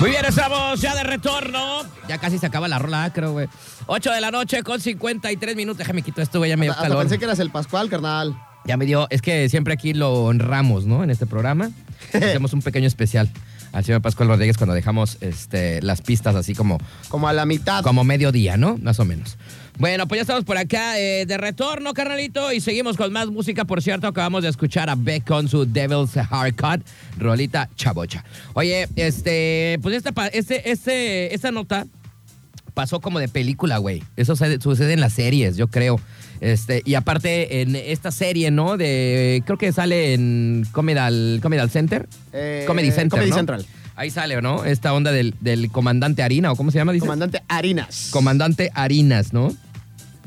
[SPEAKER 2] Muy bien, estamos ya de retorno. Ya casi se acaba la rola, ah, creo, güey. 8 de la noche con 53 minutos. Déjame quito esto, güey, ya me dio
[SPEAKER 1] Ah, Hasta
[SPEAKER 2] calor.
[SPEAKER 1] pensé que eras el Pascual, carnal.
[SPEAKER 2] Ya me dio, es que siempre aquí lo honramos, ¿no? En este programa. Hacemos un pequeño especial al señor Pascual Rodríguez cuando dejamos este, las pistas así como
[SPEAKER 1] Como a la mitad.
[SPEAKER 2] Como mediodía, ¿no? Más o menos. Bueno, pues ya estamos por acá eh, de retorno, carnalito, y seguimos con más música. Por cierto, acabamos de escuchar a Beck con su Devil's Haircut, rolita chabocha. Oye, este, pues esta, pa- este, este, esta nota pasó como de película, güey. Eso se- sucede en las series, yo creo. Este, y aparte, en esta serie, ¿no? De, creo que sale en Comedal, Comedal Center.
[SPEAKER 1] Eh,
[SPEAKER 2] Comedy Center,
[SPEAKER 1] Comedy
[SPEAKER 2] ¿no?
[SPEAKER 1] Central.
[SPEAKER 2] Ahí sale, ¿no? Esta onda del, del comandante Harina, ¿o cómo se llama? dices?
[SPEAKER 1] Comandante Harinas.
[SPEAKER 2] Comandante Harinas, ¿no?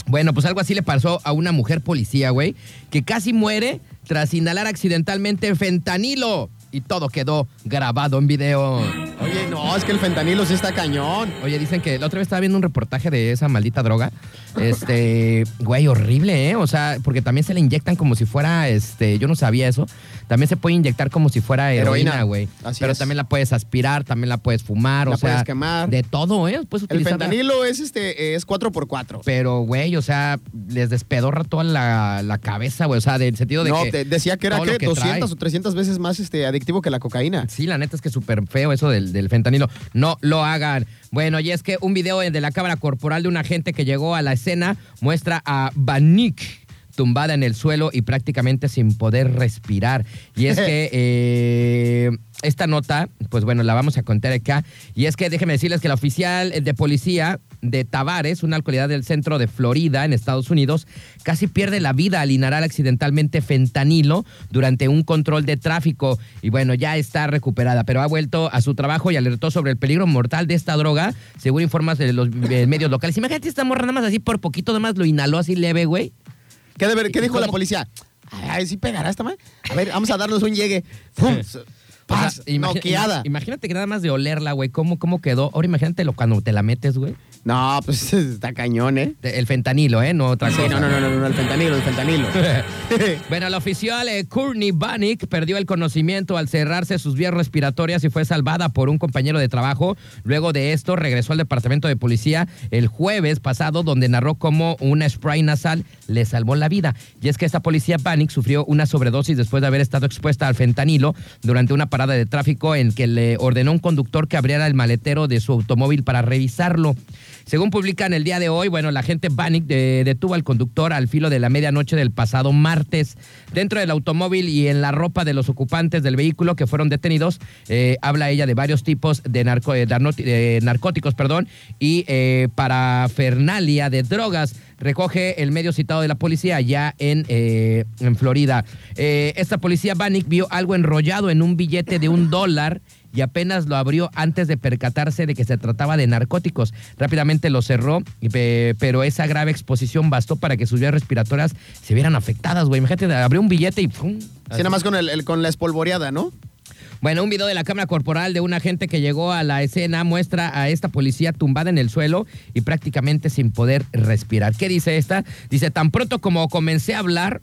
[SPEAKER 2] Bueno, pues algo así le pasó a una mujer policía, güey, que casi muere tras inhalar accidentalmente fentanilo. Y todo quedó grabado en video.
[SPEAKER 1] Oye, no, es que el fentanilo sí está cañón.
[SPEAKER 2] Oye, dicen que la otra vez estaba viendo un reportaje de esa maldita droga. Este, güey, horrible, ¿eh? O sea, porque también se le inyectan como si fuera, este, yo no sabía eso. También se puede inyectar como si fuera
[SPEAKER 1] Heroína.
[SPEAKER 2] heroína, güey.
[SPEAKER 1] Así
[SPEAKER 2] Pero
[SPEAKER 1] es.
[SPEAKER 2] también la puedes aspirar, también la puedes fumar,
[SPEAKER 1] La
[SPEAKER 2] o sea.
[SPEAKER 1] puedes quemar.
[SPEAKER 2] De todo, ¿eh? Puedes
[SPEAKER 1] El
[SPEAKER 2] utilizarla.
[SPEAKER 1] fentanilo es este, eh, es 4x4.
[SPEAKER 2] Pero, güey, o sea, les despedorra toda la, la cabeza, güey. O sea, del sentido de
[SPEAKER 1] no,
[SPEAKER 2] que.
[SPEAKER 1] te- decía que era
[SPEAKER 2] todo lo
[SPEAKER 1] ¿qué?
[SPEAKER 2] que
[SPEAKER 1] 200
[SPEAKER 2] trae.
[SPEAKER 1] o 300 veces más este, adictivo que la cocaína.
[SPEAKER 2] Sí, la neta es que es súper feo eso del, del fentanilo. No lo hagan. Bueno, y es que un video de la cámara corporal de un agente que llegó a la escena muestra a Banik tumbada en el suelo y prácticamente sin poder respirar. Y es que eh, esta nota, pues bueno, la vamos a contar acá. Y es que déjenme decirles que la oficial de policía de Tavares, una localidad del centro de Florida, en Estados Unidos, casi pierde la vida al inhalar accidentalmente fentanilo durante un control de tráfico. Y bueno, ya está recuperada, pero ha vuelto a su trabajo y alertó sobre el peligro mortal de esta droga, según informas de los eh, medios locales. Imagínate esta morra nada más así por poquito, nada más lo inhaló así leve, güey.
[SPEAKER 1] ¿Qué, de ver- qué dijo
[SPEAKER 2] ¿Cómo?
[SPEAKER 1] la policía? Ay, sí pegará esta madre. A ver, vamos a darnos un llegue. ¡Pum!
[SPEAKER 2] Pues, O sea,
[SPEAKER 1] ¡Paz!
[SPEAKER 2] imagi-
[SPEAKER 1] noqueada.
[SPEAKER 2] Imagínate que nada más de olerla, güey, cómo, cómo quedó. Ahora imagínatelo cuando te la metes, güey.
[SPEAKER 1] No, pues está cañón, ¿eh?
[SPEAKER 2] Te- El fentanilo, ¿eh? No otra
[SPEAKER 1] Sí,
[SPEAKER 2] cosa.
[SPEAKER 1] no, no, no, no, no, el fentanilo, el fentanilo.
[SPEAKER 2] Bueno, la oficial eh, Courtney Bannick perdió el conocimiento al cerrarse sus vías respiratorias y fue salvada por un compañero de trabajo. Luego de esto, regresó al departamento de policía el jueves pasado, donde narró cómo una spray nasal le salvó la vida. Y es que esta policía Bannick sufrió una sobredosis después de haber estado expuesta al fentanilo durante una parada de tráfico en que le ordenó un conductor que abriera el maletero de su automóvil para revisarlo. Según publican el día de hoy, bueno, la gente Bannick de- detuvo al conductor al filo de la medianoche del pasado martes. Dentro del automóvil y en la ropa de los ocupantes del vehículo que fueron detenidos, eh, habla ella de varios tipos de, narco- eh, darnoti- eh, narcóticos perdón, y eh, parafernalia de drogas. Recoge el medio citado de la policía allá en, eh, en Florida. Eh, esta policía Bannick vio algo enrollado en un billete de un dólar y apenas lo abrió antes de percatarse de que se trataba de narcóticos. Rápidamente lo cerró, y pe- pero esa grave exposición bastó para que sus vías respiratorias se vieran afectadas, güey. Imagínate, abrió un billete y ¡pum!
[SPEAKER 1] Sí, nada más con, el, el- con la espolvoreada, ¿no?
[SPEAKER 2] Bueno, un video de la cámara corporal de un agente que llegó a la escena muestra a esta policía tumbada en el suelo y prácticamente sin poder respirar. ¿Qué dice esta? Dice, tan pronto como comencé a hablar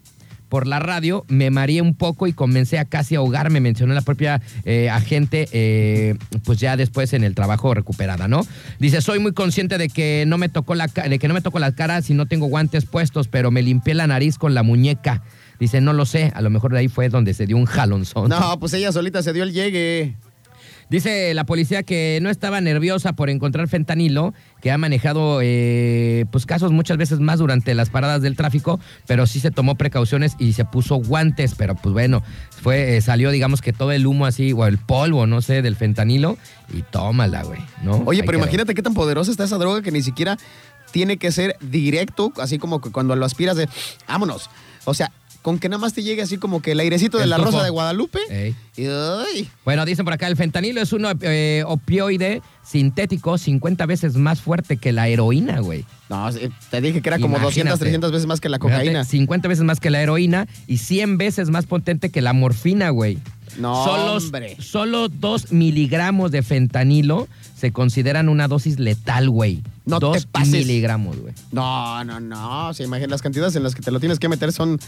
[SPEAKER 2] por la radio, me mareé un poco y comencé a casi ahogarme, mencionó la propia eh, agente, eh, pues ya después en el trabajo recuperada, ¿no? Dice, soy muy consciente de que no me tocó la, ca- de que no me tocó la cara si no tengo guantes puestos, pero me limpié la nariz con la muñeca. Dice, no lo sé, a lo mejor de ahí fue donde se dio un jalonzón.
[SPEAKER 1] No, pues ella solita se dio el llegue.
[SPEAKER 2] Dice la policía que no estaba nerviosa por encontrar fentanilo, que ha manejado eh, pues casos muchas veces más durante las paradas del tráfico, pero sí se tomó precauciones y se puso guantes, pero pues bueno, fue eh, salió digamos que todo el humo así o el polvo, no sé, del fentanilo y tómala, güey, ¿no?
[SPEAKER 1] Oye,
[SPEAKER 2] Ahí
[SPEAKER 1] pero
[SPEAKER 2] quedó.
[SPEAKER 1] imagínate qué tan poderosa está esa droga que ni siquiera tiene que ser directo, así como que cuando lo aspiras de vámonos. O sea, con que nada más te llegue así como que el airecito de
[SPEAKER 2] El
[SPEAKER 1] la
[SPEAKER 2] tufo.
[SPEAKER 1] rosa de Guadalupe.
[SPEAKER 2] Ey.
[SPEAKER 1] Y, ay,
[SPEAKER 2] Bueno, dicen por acá, el fentanilo es un op- eh, opioide sintético 50 veces más fuerte que la heroína, güey.
[SPEAKER 1] no, sí, te dije que era como 200,
[SPEAKER 2] Imagínate.
[SPEAKER 1] 300 veces más que la cocaína.
[SPEAKER 2] Fíjate, 50 veces más que la heroína y 100 veces más potente que la morfina, güey.
[SPEAKER 1] No,
[SPEAKER 2] solo,
[SPEAKER 1] hombre.
[SPEAKER 2] Solo 2 miligramos de fentanilo se consideran una dosis letal, güey.
[SPEAKER 1] No te
[SPEAKER 2] 2
[SPEAKER 1] pases.
[SPEAKER 2] miligramos, güey.
[SPEAKER 1] No, no, no. Se imagina las cantidades en las que te lo tienes que meter son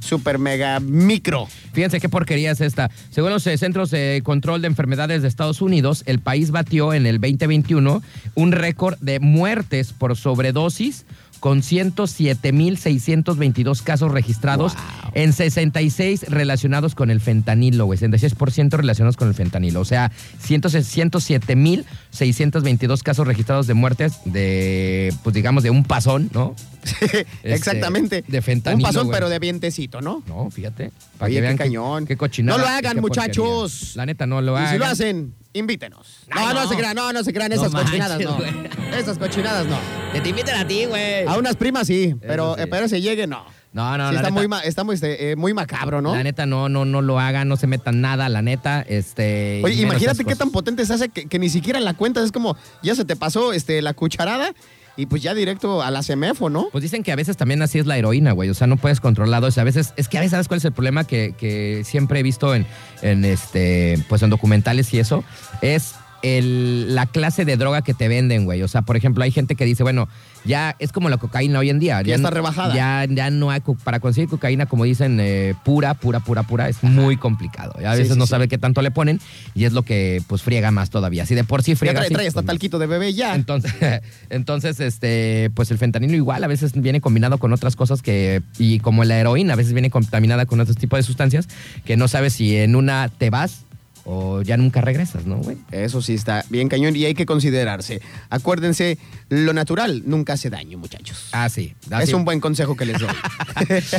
[SPEAKER 1] super mega micro.
[SPEAKER 2] Fíjense qué porquería es esta. Según los eh, Centros de Control de Enfermedades de Estados Unidos, el país batió en el 2021 un récord de muertes por sobredosis con 107.622 casos registrados en 66 relacionados con el fentanilo, güey. 66% relacionados con el fentanilo. O sea, 107.622 casos registrados de muertes de, pues digamos, de un pasón, ¿no? Este,
[SPEAKER 1] Exactamente.
[SPEAKER 2] de fentanilo,
[SPEAKER 1] Un pasón,
[SPEAKER 2] güey.
[SPEAKER 1] pero de vientecito, ¿no?
[SPEAKER 2] No, fíjate.
[SPEAKER 1] Oye, qué
[SPEAKER 2] qué-
[SPEAKER 1] cañón.
[SPEAKER 2] Qué cochinada.
[SPEAKER 1] No lo
[SPEAKER 2] y
[SPEAKER 1] hagan,
[SPEAKER 2] qué
[SPEAKER 1] muchachos.
[SPEAKER 2] La neta, no lo
[SPEAKER 1] y
[SPEAKER 2] hagan.
[SPEAKER 1] si lo hacen, invítenos.
[SPEAKER 2] Ay,
[SPEAKER 1] no, no,
[SPEAKER 2] no.
[SPEAKER 1] se crean, no, no se crean.
[SPEAKER 2] No
[SPEAKER 1] Esas
[SPEAKER 2] manches,
[SPEAKER 1] cochinadas no.
[SPEAKER 2] güey.
[SPEAKER 1] Esas cochinadas no.
[SPEAKER 2] Te, te invitan a ti, güey.
[SPEAKER 1] A unas primas sí, pero,
[SPEAKER 2] sí.
[SPEAKER 1] eh, pero se llegue, no.
[SPEAKER 2] No, no,
[SPEAKER 1] Sí,
[SPEAKER 2] la
[SPEAKER 1] está,
[SPEAKER 2] neta,
[SPEAKER 1] muy, ma- está muy, este, eh, muy macabro, ¿no?
[SPEAKER 2] La neta, no, no, no lo hagan, no se metan nada, la neta. Este.
[SPEAKER 1] Oye,
[SPEAKER 2] y menos
[SPEAKER 1] imagínate
[SPEAKER 2] esas
[SPEAKER 1] qué
[SPEAKER 2] cosas.
[SPEAKER 1] tan potente se hace que, que ni siquiera la cuentas. Es como, ya se te pasó este, la cucharada y pues ya directo a la semefo, ¿no?
[SPEAKER 2] Pues dicen que a veces también así es la heroína, güey. O sea, no puedes controlarlo. O sea, a veces, es que a veces, ¿sabes cuál es el problema que, que siempre he visto en, en este, pues en documentales y eso? Es el- la clase de droga que te venden, güey. O sea, por ejemplo, hay gente que dice, bueno, ya es como la cocaína hoy en día.
[SPEAKER 1] Ya está rebajada.
[SPEAKER 2] Ya, ya no hay, co- para conseguir cocaína, como dicen, eh, pura, pura, pura, pura, es muy complicado. A
[SPEAKER 1] Sí,
[SPEAKER 2] veces
[SPEAKER 1] sí,
[SPEAKER 2] no
[SPEAKER 1] sí.
[SPEAKER 2] sabe qué tanto le ponen y es lo que, pues, friega más todavía. Si de por sí
[SPEAKER 1] Ya
[SPEAKER 2] friega.
[SPEAKER 1] trae,
[SPEAKER 2] así,
[SPEAKER 1] trae hasta
[SPEAKER 2] pues, más.
[SPEAKER 1] talquito de bebé ya.
[SPEAKER 2] Entonces, entonces, este, pues el fentanilo igual a veces viene combinado con otras cosas que, y como la heroína, a veces viene contaminada con otros tipos de sustancias que no sabes si en una te vas o ya nunca regresas, ¿no, güey?
[SPEAKER 1] Eso sí está bien cañón y hay que considerarse. Acuérdense, lo natural nunca hace daño, muchachos.
[SPEAKER 2] Ah, sí.
[SPEAKER 1] es un buen consejo que les doy.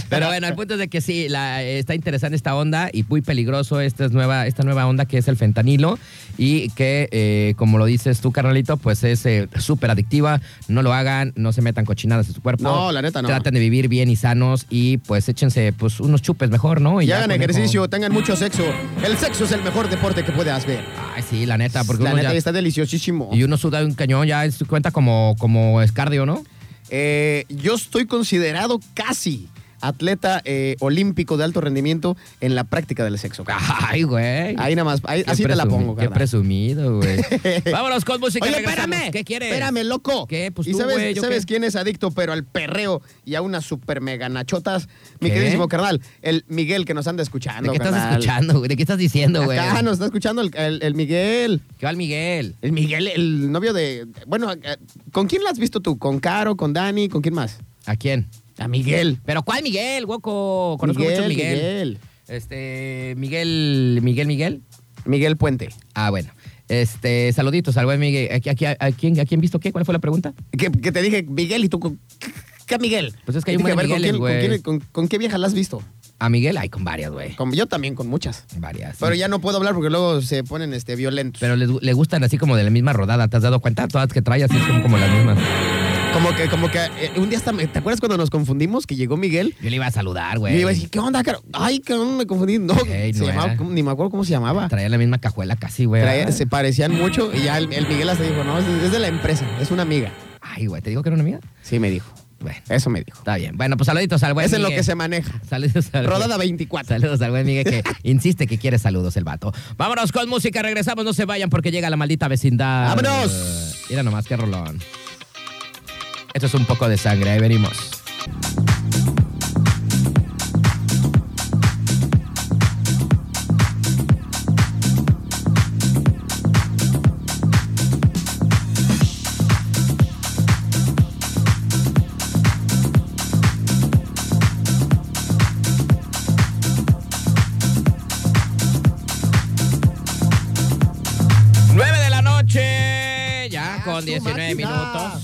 [SPEAKER 2] Pero bueno, el punto es de que sí, la- está interesante esta onda y muy peligroso esta, es nueva, esta nueva onda que es el fentanilo y que, eh, como lo dices tú, carnalito, pues es eh, súper adictiva. No lo hagan, no se metan cochinadas en su cuerpo.
[SPEAKER 1] No, la neta no.
[SPEAKER 2] Traten de vivir bien y sanos y pues échense pues unos chupes mejor, ¿no?
[SPEAKER 1] y
[SPEAKER 2] ya
[SPEAKER 1] hagan
[SPEAKER 2] con eso-
[SPEAKER 1] ejercicio, tengan mucho sexo. El sexo es el mejor deporte que puedas ver.
[SPEAKER 2] Ay, sí, la neta, porque
[SPEAKER 1] La
[SPEAKER 2] uno
[SPEAKER 1] neta
[SPEAKER 2] ya-
[SPEAKER 1] y está deliciosísimo.
[SPEAKER 2] Y uno suda de un cañón, ya es- cuenta como, como es cardio, ¿no?
[SPEAKER 1] Eh, yo estoy considerado casi atleta eh, olímpico de alto rendimiento en la práctica del sexo. carnal.
[SPEAKER 2] Ay, güey.
[SPEAKER 1] Ahí nada más, ahí-
[SPEAKER 2] Qué
[SPEAKER 1] así te la
[SPEAKER 2] presumi-
[SPEAKER 1] pongo,
[SPEAKER 2] Qué
[SPEAKER 1] carnal.
[SPEAKER 2] presumido, güey. Vámonos con música.
[SPEAKER 1] Oye,
[SPEAKER 2] regresamos.
[SPEAKER 1] espérame.
[SPEAKER 2] ¿Qué quieres?
[SPEAKER 1] Espérame, loco.
[SPEAKER 2] ¿Qué? Pues
[SPEAKER 1] ¿Y
[SPEAKER 2] tú,
[SPEAKER 1] sabes,
[SPEAKER 2] güey, ¿yo
[SPEAKER 1] sabes
[SPEAKER 2] qué?
[SPEAKER 1] quién es adicto, pero al perreo y a unas super mega nachotas? Mi
[SPEAKER 2] ¿Qué?
[SPEAKER 1] queridísimo carnal, el Miguel que nos anda escuchando.
[SPEAKER 2] ¿De qué estás
[SPEAKER 1] Ah, carnal.
[SPEAKER 2] escuchando, güey? ¿De qué estás diciendo, güey?
[SPEAKER 1] Acá nos está escuchando el, el- el Miguel.
[SPEAKER 2] ¿Qué va el Miguel?
[SPEAKER 1] El Miguel, el novio de. Bueno, eh, ¿con quién la has visto tú? ¿Con Caro? ¿Con Dani? ¿Con quién más?
[SPEAKER 2] ¿A quién?
[SPEAKER 1] A Miguel.
[SPEAKER 2] ¿Pero cuál Miguel, Hueco? Conozco mucho a Miguel.
[SPEAKER 1] Miguel.
[SPEAKER 2] Este, Miguel, Miguel, Miguel.
[SPEAKER 1] Miguel Puente.
[SPEAKER 2] Ah, bueno. Este, saluditos al buen Miguel. ¿A, a- a- a quién, ¿A quién visto qué? ¿Cuál fue la pregunta?
[SPEAKER 1] Que, que te dije, Miguel, y tú. con- ¿Qué Miguel?
[SPEAKER 2] Pues es que hay
[SPEAKER 1] Y
[SPEAKER 2] un
[SPEAKER 1] dije,
[SPEAKER 2] buen
[SPEAKER 1] a ver, ¿con
[SPEAKER 2] Migueles,
[SPEAKER 1] quién- con,
[SPEAKER 2] güey.
[SPEAKER 1] quién- con- con qué vieja la has visto?
[SPEAKER 2] A Miguel, ay, con varias, güey.
[SPEAKER 1] Con- yo también, con muchas.
[SPEAKER 2] Varias.
[SPEAKER 1] Pero ya no puedo hablar porque luego se ponen este, violentos.
[SPEAKER 2] Pero les, gu- le gustan así como de la misma rodada. ¿Te has dado cuenta? Todas que trae así son como las mismas.
[SPEAKER 1] como que, como que eh, un día hasta me- ¿Te acuerdas cuando nos confundimos que llegó Miguel?
[SPEAKER 2] Yo le iba a saludar, güey.
[SPEAKER 1] Y yo iba a decir, ¿qué onda, Caro? Ay, que me confundí. No,
[SPEAKER 2] Ey,
[SPEAKER 1] se
[SPEAKER 2] no
[SPEAKER 1] llamaba-
[SPEAKER 2] era.
[SPEAKER 1] ¿cómo? ni me acuerdo cómo se llamaba.
[SPEAKER 2] Traía la misma cajuela casi, güey.
[SPEAKER 1] "Ah". Traía-
[SPEAKER 2] ¿verdad?
[SPEAKER 1] se parecían mucho y ya el, el Miguel hasta dijo, no, es, es de la empresa, es una amiga.
[SPEAKER 2] Ay, güey, ¿te digo que era una amiga?
[SPEAKER 1] Sí, me dijo.
[SPEAKER 2] Bueno,
[SPEAKER 1] Eso me dijo.
[SPEAKER 2] está bien. Bueno, pues saluditos al buen
[SPEAKER 1] es en lo
[SPEAKER 2] Miguel.
[SPEAKER 1] que se maneja.
[SPEAKER 2] Saludos al
[SPEAKER 1] Rodada 24.
[SPEAKER 2] Saludos al buen Miguel que insiste que quiere saludos el vato. Vámonos con música, regresamos, no se vayan porque llega la maldita vecindad.
[SPEAKER 1] ¡Vámonos!
[SPEAKER 2] Mira nomás, qué rolón. Esto es un poco de sangre, ahí venimos. Nueve de la noche, ya
[SPEAKER 1] Ah,
[SPEAKER 2] con
[SPEAKER 1] su
[SPEAKER 2] 19
[SPEAKER 1] máquina.
[SPEAKER 2] minutos.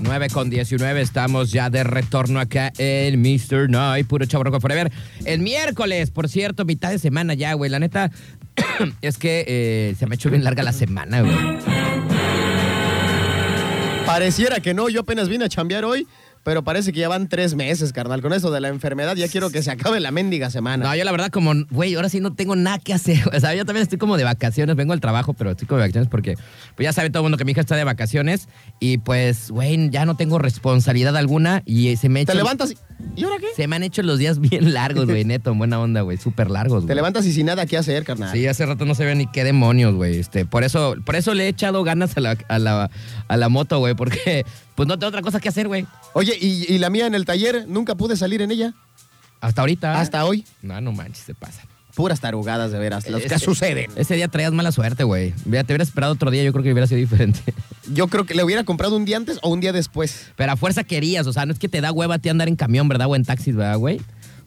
[SPEAKER 2] 9 con 19, estamos ya de retorno acá en Mr. Night, puro chaburroco forever. El miércoles, por cierto, mitad de semana ya, güey. La neta, es que eh, se me ha hecho bien larga la semana, güey.
[SPEAKER 1] Pareciera que no, yo apenas vine a chambear hoy, pero parece que ya van tres meses, carnal. Con eso de la enfermedad ya quiero que se acabe la mendiga semana.
[SPEAKER 2] No, yo la verdad como, güey, ahora sí no tengo nada que hacer. O sea, yo también estoy como de vacaciones, vengo al trabajo, pero estoy como de vacaciones porque pues ya sabe todo el mundo que mi hija está de vacaciones y pues, güey, ya no tengo responsabilidad alguna y eh, se me ha
[SPEAKER 1] Te
[SPEAKER 2] hecho-
[SPEAKER 1] levantas y... ¿Y ahora qué?
[SPEAKER 2] Se me han hecho los días bien largos, güey, neto, en buena onda, güey, súper largos,
[SPEAKER 1] Te
[SPEAKER 2] güey.
[SPEAKER 1] levantas y sin nada que hacer, carnal.
[SPEAKER 2] Sí, hace rato no se ve ni qué demonios, güey. Este, por eso, por eso le he echado ganas a la, a la, a la moto, güey, porque pues no tengo otra cosa que hacer, güey.
[SPEAKER 1] Oye, y, y la mía en el taller, nunca pude salir en ella.
[SPEAKER 2] Hasta ahorita.
[SPEAKER 1] Hasta hoy.
[SPEAKER 2] No, no manches, se pasa.
[SPEAKER 1] Puras tarugadas, de veras, las que
[SPEAKER 2] Eh, Ese-
[SPEAKER 1] suceden.
[SPEAKER 2] Ese día traías mala suerte, güey. Mira, te hubiera esperado otro día, yo creo que hubiera sido diferente.
[SPEAKER 1] Yo creo que le hubiera comprado un día antes o un día después.
[SPEAKER 2] Pero a fuerza querías, o sea, no es que te da hueva a ti andar en camión, ¿verdad? O en taxis, ¿verdad, güey?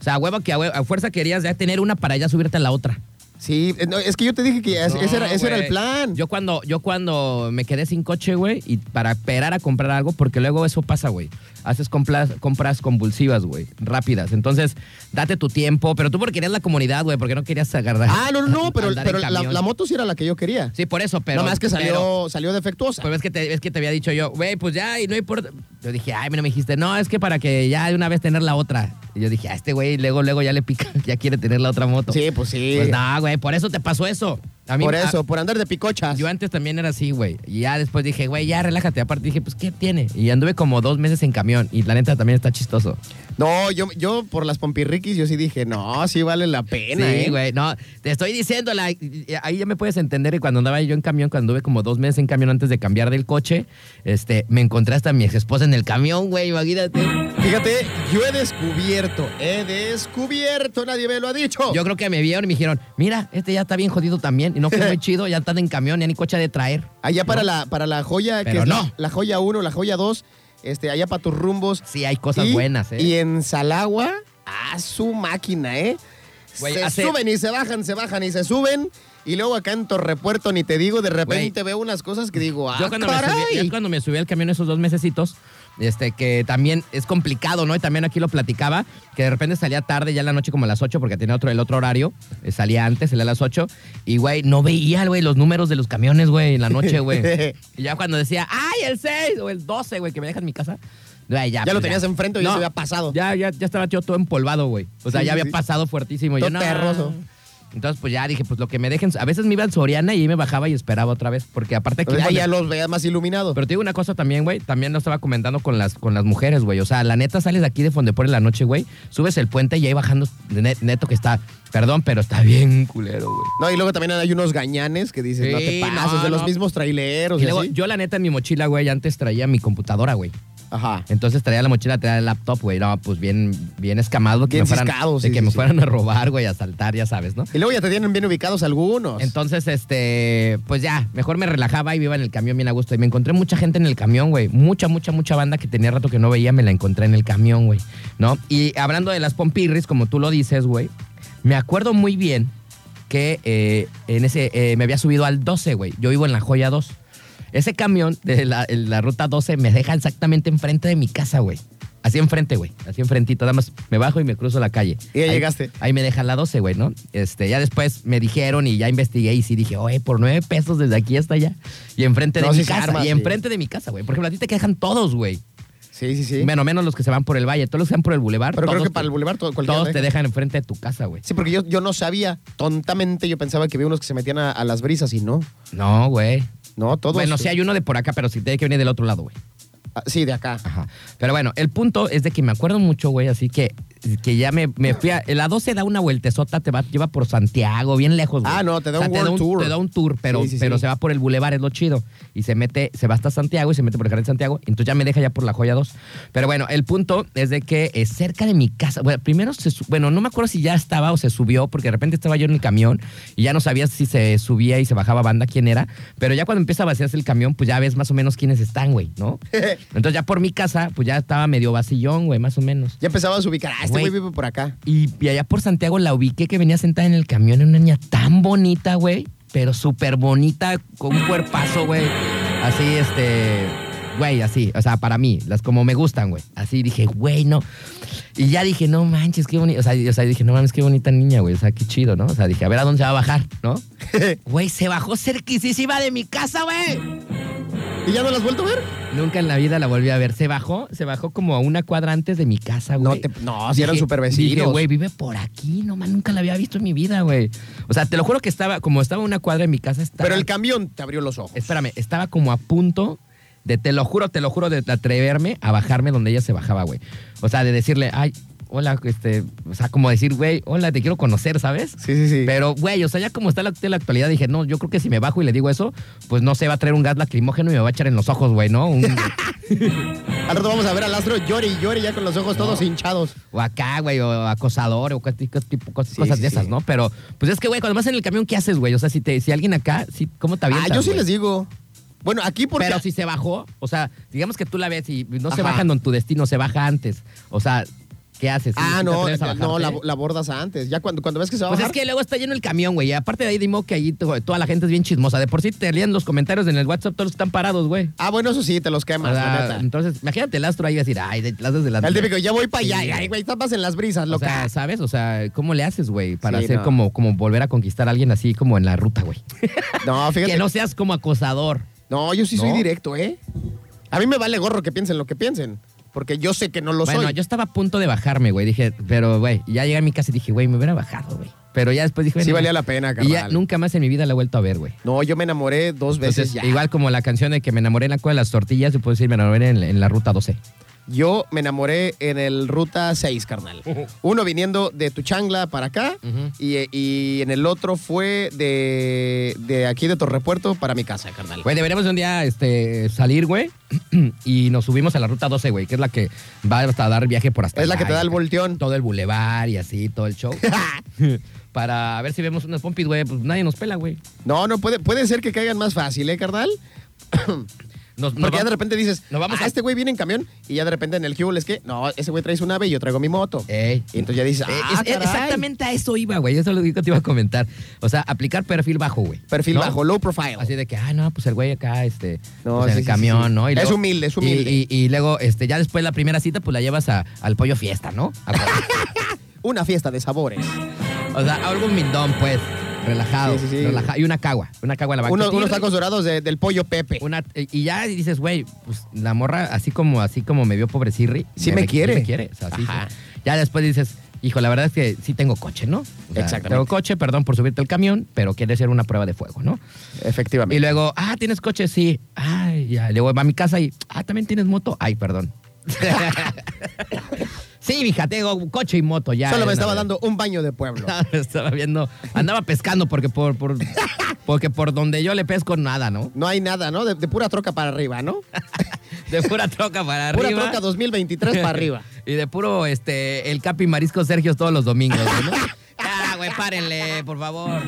[SPEAKER 2] O sea, hueva que a, hue- a fuerza querías ya tener una para ya subirte a la otra.
[SPEAKER 1] Sí, eh, no, es que yo te dije que es-
[SPEAKER 2] No,
[SPEAKER 1] ese, era, ese era el
[SPEAKER 2] güey.
[SPEAKER 1] plan.
[SPEAKER 2] Yo cuando, yo cuando me quedé sin coche, güey, y para esperar a comprar algo, porque luego eso pasa, güey. Haces compras, compras convulsivas, güey, rápidas. Entonces, date tu tiempo, pero tú porque querías la comunidad, güey, porque no querías agarrar.
[SPEAKER 1] ah, no, no, no, pero,
[SPEAKER 2] andar en
[SPEAKER 1] pero la,
[SPEAKER 2] camión.
[SPEAKER 1] la moto sí era la que yo quería.
[SPEAKER 2] Sí, por eso, pero.
[SPEAKER 1] Nada más que salió,
[SPEAKER 2] pero-
[SPEAKER 1] salió defectuosa.
[SPEAKER 2] pues ves que, te, ves que te había dicho yo, güey, pues ya, y no importa. Yo dije, ay, mira, me dijiste, no, es que para que ya de una vez tener la otra. Y yo dije, a este güey, luego, luego ya le pica, ya quiere tener la otra moto.
[SPEAKER 1] sí, pues sí.
[SPEAKER 2] Pues no, güey, por eso te pasó eso. A mí-
[SPEAKER 1] por
[SPEAKER 2] a-
[SPEAKER 1] eso, pues. por andar de picochas.
[SPEAKER 2] yo antes también era así, güey. Y ya después dije, güey, ya relájate. Aparte dije, pues, ¿qué tiene? Y anduve como dos meses en camión. Y la neta también está chistoso.
[SPEAKER 1] no, yo, yo por las pompirriquis yo sí dije, no, sí vale la pena.
[SPEAKER 2] Sí,
[SPEAKER 1] ¿eh?
[SPEAKER 2] güey. No, te estoy diciendo, la- eh, ahí ya me puedes entender. Y cuando andaba yo en camión, cuando anduve como dos meses en camión antes de cambiar del coche, este, me encontré hasta a mi ex esposa en el camión, güey. Imagínate.
[SPEAKER 1] Fíjate, yo he descubierto, he descubierto, nadie me lo ha dicho.
[SPEAKER 2] Yo creo que me vieron y me dijeron, mira, este ya está bien jodido también. Y no fue muy chido, ya están en camión, ya ni coche ha de traer.
[SPEAKER 1] Allá para,
[SPEAKER 2] No.
[SPEAKER 1] la, para la joya, que
[SPEAKER 2] Pero
[SPEAKER 1] es la-
[SPEAKER 2] no.
[SPEAKER 1] la, joya 1, la joya 2, este, allá para tus rumbos.
[SPEAKER 2] Sí, hay cosas
[SPEAKER 1] Y-
[SPEAKER 2] buenas, ¿eh?
[SPEAKER 1] Y en Salagua, a su máquina, ¿eh?
[SPEAKER 2] Güey,
[SPEAKER 1] se
[SPEAKER 2] hace-
[SPEAKER 1] suben y se bajan, se bajan y se suben. Y luego acá en Torrepuerto, ni te digo, de repente
[SPEAKER 2] Güey.
[SPEAKER 1] veo unas cosas que digo, ah,
[SPEAKER 2] Yo cuando me,
[SPEAKER 1] caray.
[SPEAKER 2] subí, ya cuando me subí al camión esos dos mesecitos, este, que también es complicado, ¿no? Y también aquí lo platicaba, que de repente salía tarde, ya en la noche como a las 8, porque tenía otro, el otro horario, eh, salía antes, salía a las 8, y güey, no veía, güey, los números de los camiones, güey, en la noche, güey. y ya cuando decía, ay, el 6 o el 12, güey, que me dejan en mi casa. güey, ya,
[SPEAKER 1] Ya lo
[SPEAKER 2] pues,
[SPEAKER 1] tenías enfrente o ya se había pasado.
[SPEAKER 2] Ya, ya, ya estaba yo todo empolvado, güey. O sea,
[SPEAKER 1] Sí, sí,
[SPEAKER 2] ya había
[SPEAKER 1] sí.
[SPEAKER 2] pasado fuertísimo. Y yo,
[SPEAKER 1] Todo
[SPEAKER 2] no.
[SPEAKER 1] terroso.
[SPEAKER 2] Entonces, pues ya dije, pues lo que me dejen. A veces me iba al Soriana y ahí me bajaba y esperaba otra vez. Porque aparte aquí.
[SPEAKER 1] Ah,
[SPEAKER 2] cuando-
[SPEAKER 1] ya los veas más iluminados.
[SPEAKER 2] pero te digo una cosa también, güey. También lo estaba comentando con las, con las mujeres, güey. O sea, la neta sales de aquí de Fondepor en la noche, güey. Subes el puente y ahí bajando de net- neto que está. Perdón, pero está bien culero, güey.
[SPEAKER 1] No, y luego también hay unos gañanes que dicen,
[SPEAKER 2] Sí,
[SPEAKER 1] no te pases,
[SPEAKER 2] no,
[SPEAKER 1] de los
[SPEAKER 2] no.
[SPEAKER 1] mismos traileros.
[SPEAKER 2] Y
[SPEAKER 1] Y
[SPEAKER 2] luego,
[SPEAKER 1] así.
[SPEAKER 2] yo la neta en mi mochila, güey, antes traía mi computadora, güey.
[SPEAKER 1] Ajá.
[SPEAKER 2] Entonces traía la mochila, traía el laptop, güey. No, pues bien, bien escamado que
[SPEAKER 1] Bien
[SPEAKER 2] me fueran,
[SPEAKER 1] ciscado,
[SPEAKER 2] de
[SPEAKER 1] sí,
[SPEAKER 2] que
[SPEAKER 1] sí,
[SPEAKER 2] me
[SPEAKER 1] sí.
[SPEAKER 2] fueran a robar, güey, a saltar, ya sabes, ¿no?
[SPEAKER 1] Y luego ya te tienen bien ubicados algunos.
[SPEAKER 2] Entonces, este, pues ya, mejor me relajaba y me iba en el camión bien a gusto. Y me encontré mucha gente en el camión, güey. Mucha, mucha, mucha banda que tenía rato que no veía, me la encontré en el camión, güey. ¿No? Y hablando de las pompirris, como tú lo dices, güey, me acuerdo muy bien que eh, en ese, eh, me había subido al 12, güey. Yo vivo en la joya 2. Ese camión de la, en la ruta 12 me deja exactamente enfrente de mi casa, güey. Así enfrente, güey. Así enfrentito. Nada más me bajo y me cruzo la calle.
[SPEAKER 1] Y ya
[SPEAKER 2] Ahí-
[SPEAKER 1] llegaste.
[SPEAKER 2] Ahí me dejan la 12, güey, ¿no? Este, ya después me dijeron y ya investigué y sí dije, oye, por nueve pesos desde aquí hasta allá. Y enfrente de
[SPEAKER 1] No,
[SPEAKER 2] mi
[SPEAKER 1] sí se
[SPEAKER 2] casa.
[SPEAKER 1] arma,
[SPEAKER 2] y
[SPEAKER 1] sí.
[SPEAKER 2] enfrente de mi casa, güey. Por ejemplo, a ti te quejan todos, güey.
[SPEAKER 1] sí, sí, sí.
[SPEAKER 2] Menos menos los que se van por el valle, todos los que van por el bulevar.
[SPEAKER 1] Pero creo
[SPEAKER 2] todos
[SPEAKER 1] que para
[SPEAKER 2] te-
[SPEAKER 1] el bulevar todo, cualquiera
[SPEAKER 2] Todos te
[SPEAKER 1] deja.
[SPEAKER 2] dejan enfrente de tu casa, güey.
[SPEAKER 1] Sí, porque yo, yo no sabía. Tontamente yo pensaba que había unos que se metían a, a las brisas y no.
[SPEAKER 2] No, güey.
[SPEAKER 1] No, todos.
[SPEAKER 2] Bueno, sí hay uno de por acá, pero sí tiene que venir del otro lado, güey.
[SPEAKER 1] Ah, Sí, de acá.
[SPEAKER 2] Ajá. Pero bueno, el punto es de que me acuerdo mucho, güey, así que, que ya me, me fui a... La 12 da una vueltezota, te va, lleva por Santiago, bien lejos, güey.
[SPEAKER 1] Ah, no, te da un
[SPEAKER 2] te
[SPEAKER 1] world tour.
[SPEAKER 2] Te da un tour, pero,
[SPEAKER 1] Sí, sí,
[SPEAKER 2] pero
[SPEAKER 1] sí.
[SPEAKER 2] se va por el bulevar, es lo chido. Y se mete, se va hasta Santiago y se mete por el Jardín Santiago, entonces ya me deja ya por la Joya 2. Pero bueno, el punto es de que eh, cerca de mi casa, bueno, primero se... su- Bueno, no me acuerdo si ya estaba o se subió, porque de repente estaba yo en el camión y ya no sabía si se subía y se bajaba banda quién era, pero ya cuando empieza a vaciarse el camión, pues ya ves más o menos quiénes están, güey, ¿no? Entonces ya por mi casa, pues ya estaba medio vacillón, güey, más o menos.
[SPEAKER 1] Ya empezabas a ubicar. Ah, este
[SPEAKER 2] Güey.
[SPEAKER 1] güey vive por acá.
[SPEAKER 2] Y, y allá por Santiago la ubiqué que venía sentada en el camión, en una niña tan bonita, güey, pero súper bonita, con un cuerpazo, güey. Así, este, güey, así, o sea, para mí, las como me gustan, güey. Así dije, güey, no. Y ya dije, no manches, qué bonita, o sea, y- o sea, dije, no mames, qué bonita niña, güey, o sea, qué chido, ¿no? O sea, dije, a ver a dónde se va a bajar, ¿no? Güey, se bajó cerquisísima de mi casa, güey.
[SPEAKER 1] ¿Y ya no las has vuelto a ver?
[SPEAKER 2] Nunca en la vida la volví a ver. Se bajó, se bajó como a una cuadra antes de mi casa, güey.
[SPEAKER 1] No te- no, si eran
[SPEAKER 2] Dije-
[SPEAKER 1] supervecinos.
[SPEAKER 2] Dije, güey, vive por aquí, no man, nunca la había visto en mi vida, güey. O sea, te lo juro que estaba, como estaba a una cuadra de mi casa, estaba.
[SPEAKER 1] Pero el camión te abrió los ojos.
[SPEAKER 2] Espérame, estaba como a punto de, te lo juro, te lo juro, de atreverme a bajarme donde ella se bajaba, güey. O sea, de decirle, ay, hola, este. O sea, como decir, güey, hola, te quiero conocer, ¿sabes?
[SPEAKER 1] Sí, sí, sí.
[SPEAKER 2] Pero, güey, o sea, ya como está la, la actualidad, dije, no, yo creo que si me bajo y le digo eso, pues no sé, va a traer un gas lacrimógeno y me va a echar en los ojos, güey, ¿no? Un-
[SPEAKER 1] Al rato vamos a ver al astro llore y llore ya con los ojos todos hinchados.
[SPEAKER 2] O acá, güey, o acosador, o cualquier tipo, cosas,
[SPEAKER 1] Sí,
[SPEAKER 2] cosas
[SPEAKER 1] sí,
[SPEAKER 2] de esas,
[SPEAKER 1] sí.
[SPEAKER 2] ¿no? Pero, pues es que, güey, cuando vas en el camión, ¿qué haces, güey? O sea, si, te, si alguien acá, si, ¿cómo te
[SPEAKER 1] Ah,
[SPEAKER 2] avientas,
[SPEAKER 1] yo sí
[SPEAKER 2] güey?
[SPEAKER 1] les digo. Bueno, aquí porque.
[SPEAKER 2] Pero si se bajó, o sea, digamos que tú la ves y no se
[SPEAKER 1] Ajá.
[SPEAKER 2] bajan donde tu destino, se baja antes. O sea, ¿qué haces? ¿Sí-
[SPEAKER 1] Ah,
[SPEAKER 2] sí te
[SPEAKER 1] no,
[SPEAKER 2] atreves a
[SPEAKER 1] no, la,
[SPEAKER 2] bajarte?
[SPEAKER 1] la bordas antes. Ya cuando, cuando ves que se va a
[SPEAKER 2] Pues es
[SPEAKER 1] bajar.
[SPEAKER 2] que luego está lleno el camión, güey. Y aparte de ahí, dimos que ahí to- toda la gente es bien chismosa. De por sí te leen los comentarios en el WhatsApp, todos los que están parados, güey.
[SPEAKER 1] Ah, bueno, eso sí, te los
[SPEAKER 2] O
[SPEAKER 1] quemas,
[SPEAKER 2] sea,
[SPEAKER 1] la neta.
[SPEAKER 2] entonces, imagínate el astro ahí y decir, ay, de- las dos de la
[SPEAKER 1] El típico, ya voy para allá,
[SPEAKER 2] Sí.
[SPEAKER 1] y ahí, güey, tapas en las brisas,
[SPEAKER 2] O
[SPEAKER 1] loca.
[SPEAKER 2] sea, ¿sabes? O sea, ¿cómo le haces, güey? Para
[SPEAKER 1] Sí,
[SPEAKER 2] hacer
[SPEAKER 1] no.
[SPEAKER 2] como, como volver a conquistar a alguien así como en la ruta, güey.
[SPEAKER 1] no, fíjate.
[SPEAKER 2] Que no seas como acosador.
[SPEAKER 1] No, yo sí soy
[SPEAKER 2] ¿No?
[SPEAKER 1] directo, ¿eh? A mí me vale gorro que piensen lo que piensen, porque yo sé que no lo
[SPEAKER 2] bueno,
[SPEAKER 1] soy.
[SPEAKER 2] yo estaba a punto de bajarme, güey. Dije, pero, güey, ya llegué a mi casa y dije, güey, me hubiera bajado, güey. Pero ya después dije,
[SPEAKER 1] Sí
[SPEAKER 2] bueno,
[SPEAKER 1] valía la pena,
[SPEAKER 2] Y ya
[SPEAKER 1] carnal.
[SPEAKER 2] nunca más en mi vida la he vuelto a ver, güey.
[SPEAKER 1] No, yo me enamoré dos veces
[SPEAKER 2] Entonces,
[SPEAKER 1] ya.
[SPEAKER 2] igual como la canción de que me enamoré en la cueva de las tortillas, yo puedo decir, me enamoré en, la- en la ruta 12.
[SPEAKER 1] Yo me enamoré en el Ruta 6, carnal. Uno viniendo de Tuchangla para acá y, y en el otro fue de, de aquí de Torrepuerto para mi casa, carnal.
[SPEAKER 2] Güey, deberíamos un día este, salir, güey, y nos subimos a la ruta 12, güey, que es la que va hasta dar viaje por hasta
[SPEAKER 1] es la que
[SPEAKER 2] allá,
[SPEAKER 1] te da
[SPEAKER 2] y
[SPEAKER 1] el
[SPEAKER 2] acá.
[SPEAKER 1] volteón.
[SPEAKER 2] todo el bulevar y así, todo el show. Para ver si vemos unas pompis, güey. Pues nadie nos pela, güey.
[SPEAKER 1] No, no, puede, puede ser que caigan más fácil, ¿eh, carnal?
[SPEAKER 2] Nos- nos
[SPEAKER 1] Porque ya de
[SPEAKER 2] va-
[SPEAKER 1] repente dices,
[SPEAKER 2] nos vamos
[SPEAKER 1] "Ah,
[SPEAKER 2] a-
[SPEAKER 1] este güey viene en camión y ya de repente en el Hubble es que, no, ese güey trae su nave y yo traigo mi moto.
[SPEAKER 2] Ey.
[SPEAKER 1] Y entonces ya dices,
[SPEAKER 2] Eh,
[SPEAKER 1] "Ah,
[SPEAKER 2] es- es-
[SPEAKER 1] caray".
[SPEAKER 2] exactamente a eso iba, güey. Eso es lo que te iba a comentar. O sea, aplicar perfil bajo, güey.
[SPEAKER 1] Perfil
[SPEAKER 2] ¿No?
[SPEAKER 1] bajo, low profile.
[SPEAKER 2] Así de que, ah, no, pues el güey acá, este,
[SPEAKER 1] No,
[SPEAKER 2] pues en
[SPEAKER 1] sí,
[SPEAKER 2] el
[SPEAKER 1] sí,
[SPEAKER 2] camión,
[SPEAKER 1] sí, sí.
[SPEAKER 2] ¿no?
[SPEAKER 1] Es humilde, es humilde.
[SPEAKER 2] Y, y- y luego, este, ya después la primera cita, pues la llevas a- al pollo fiesta, ¿no? A comer.
[SPEAKER 1] Una fiesta de sabores.
[SPEAKER 2] o sea, algo mindón, pues, relajado,
[SPEAKER 1] Sí, sí, sí.
[SPEAKER 2] relaja- Y una cagua, una cagua a la banca.
[SPEAKER 1] Unos, unos
[SPEAKER 2] Tigre.
[SPEAKER 1] tacos dorados de- del pollo Pepe.
[SPEAKER 2] Una- y ya dices, güey, pues la morra, así como, así como me vio pobre Sirri.
[SPEAKER 1] Sí me quiere.
[SPEAKER 2] Sí me quiere. O sea, sí,
[SPEAKER 1] Ajá.
[SPEAKER 2] sí. Ya después dices, hijo, la verdad es que sí tengo coche, ¿no? O sea,
[SPEAKER 1] Exactamente.
[SPEAKER 2] Tengo coche, perdón por subirte al camión, pero quiere ser una prueba de fuego, ¿no? Y
[SPEAKER 1] Efectivamente.
[SPEAKER 2] luego, ah, ¿tienes coche? Sí. Ay, ya. Luego va a mi casa y, ah, ¿también tienes moto? Ay, perdón. sí, mija, tengo coche y moto ya.
[SPEAKER 1] Solo me
[SPEAKER 2] Eh,
[SPEAKER 1] estaba
[SPEAKER 2] no,
[SPEAKER 1] dando un baño de pueblo.
[SPEAKER 2] no, me estaba viendo. Andaba pescando porque por, por, porque por donde yo le pesco nada, ¿no?
[SPEAKER 1] No hay nada, ¿no? De, de pura troca para arriba, ¿no?
[SPEAKER 2] De pura troca para
[SPEAKER 1] Pura
[SPEAKER 2] arriba.
[SPEAKER 1] troca 2023 para arriba.
[SPEAKER 2] Y de puro, este, el Capi Marisco Sergio todos los domingos, güey, ¿no? Ya, güey, párenle, por favor.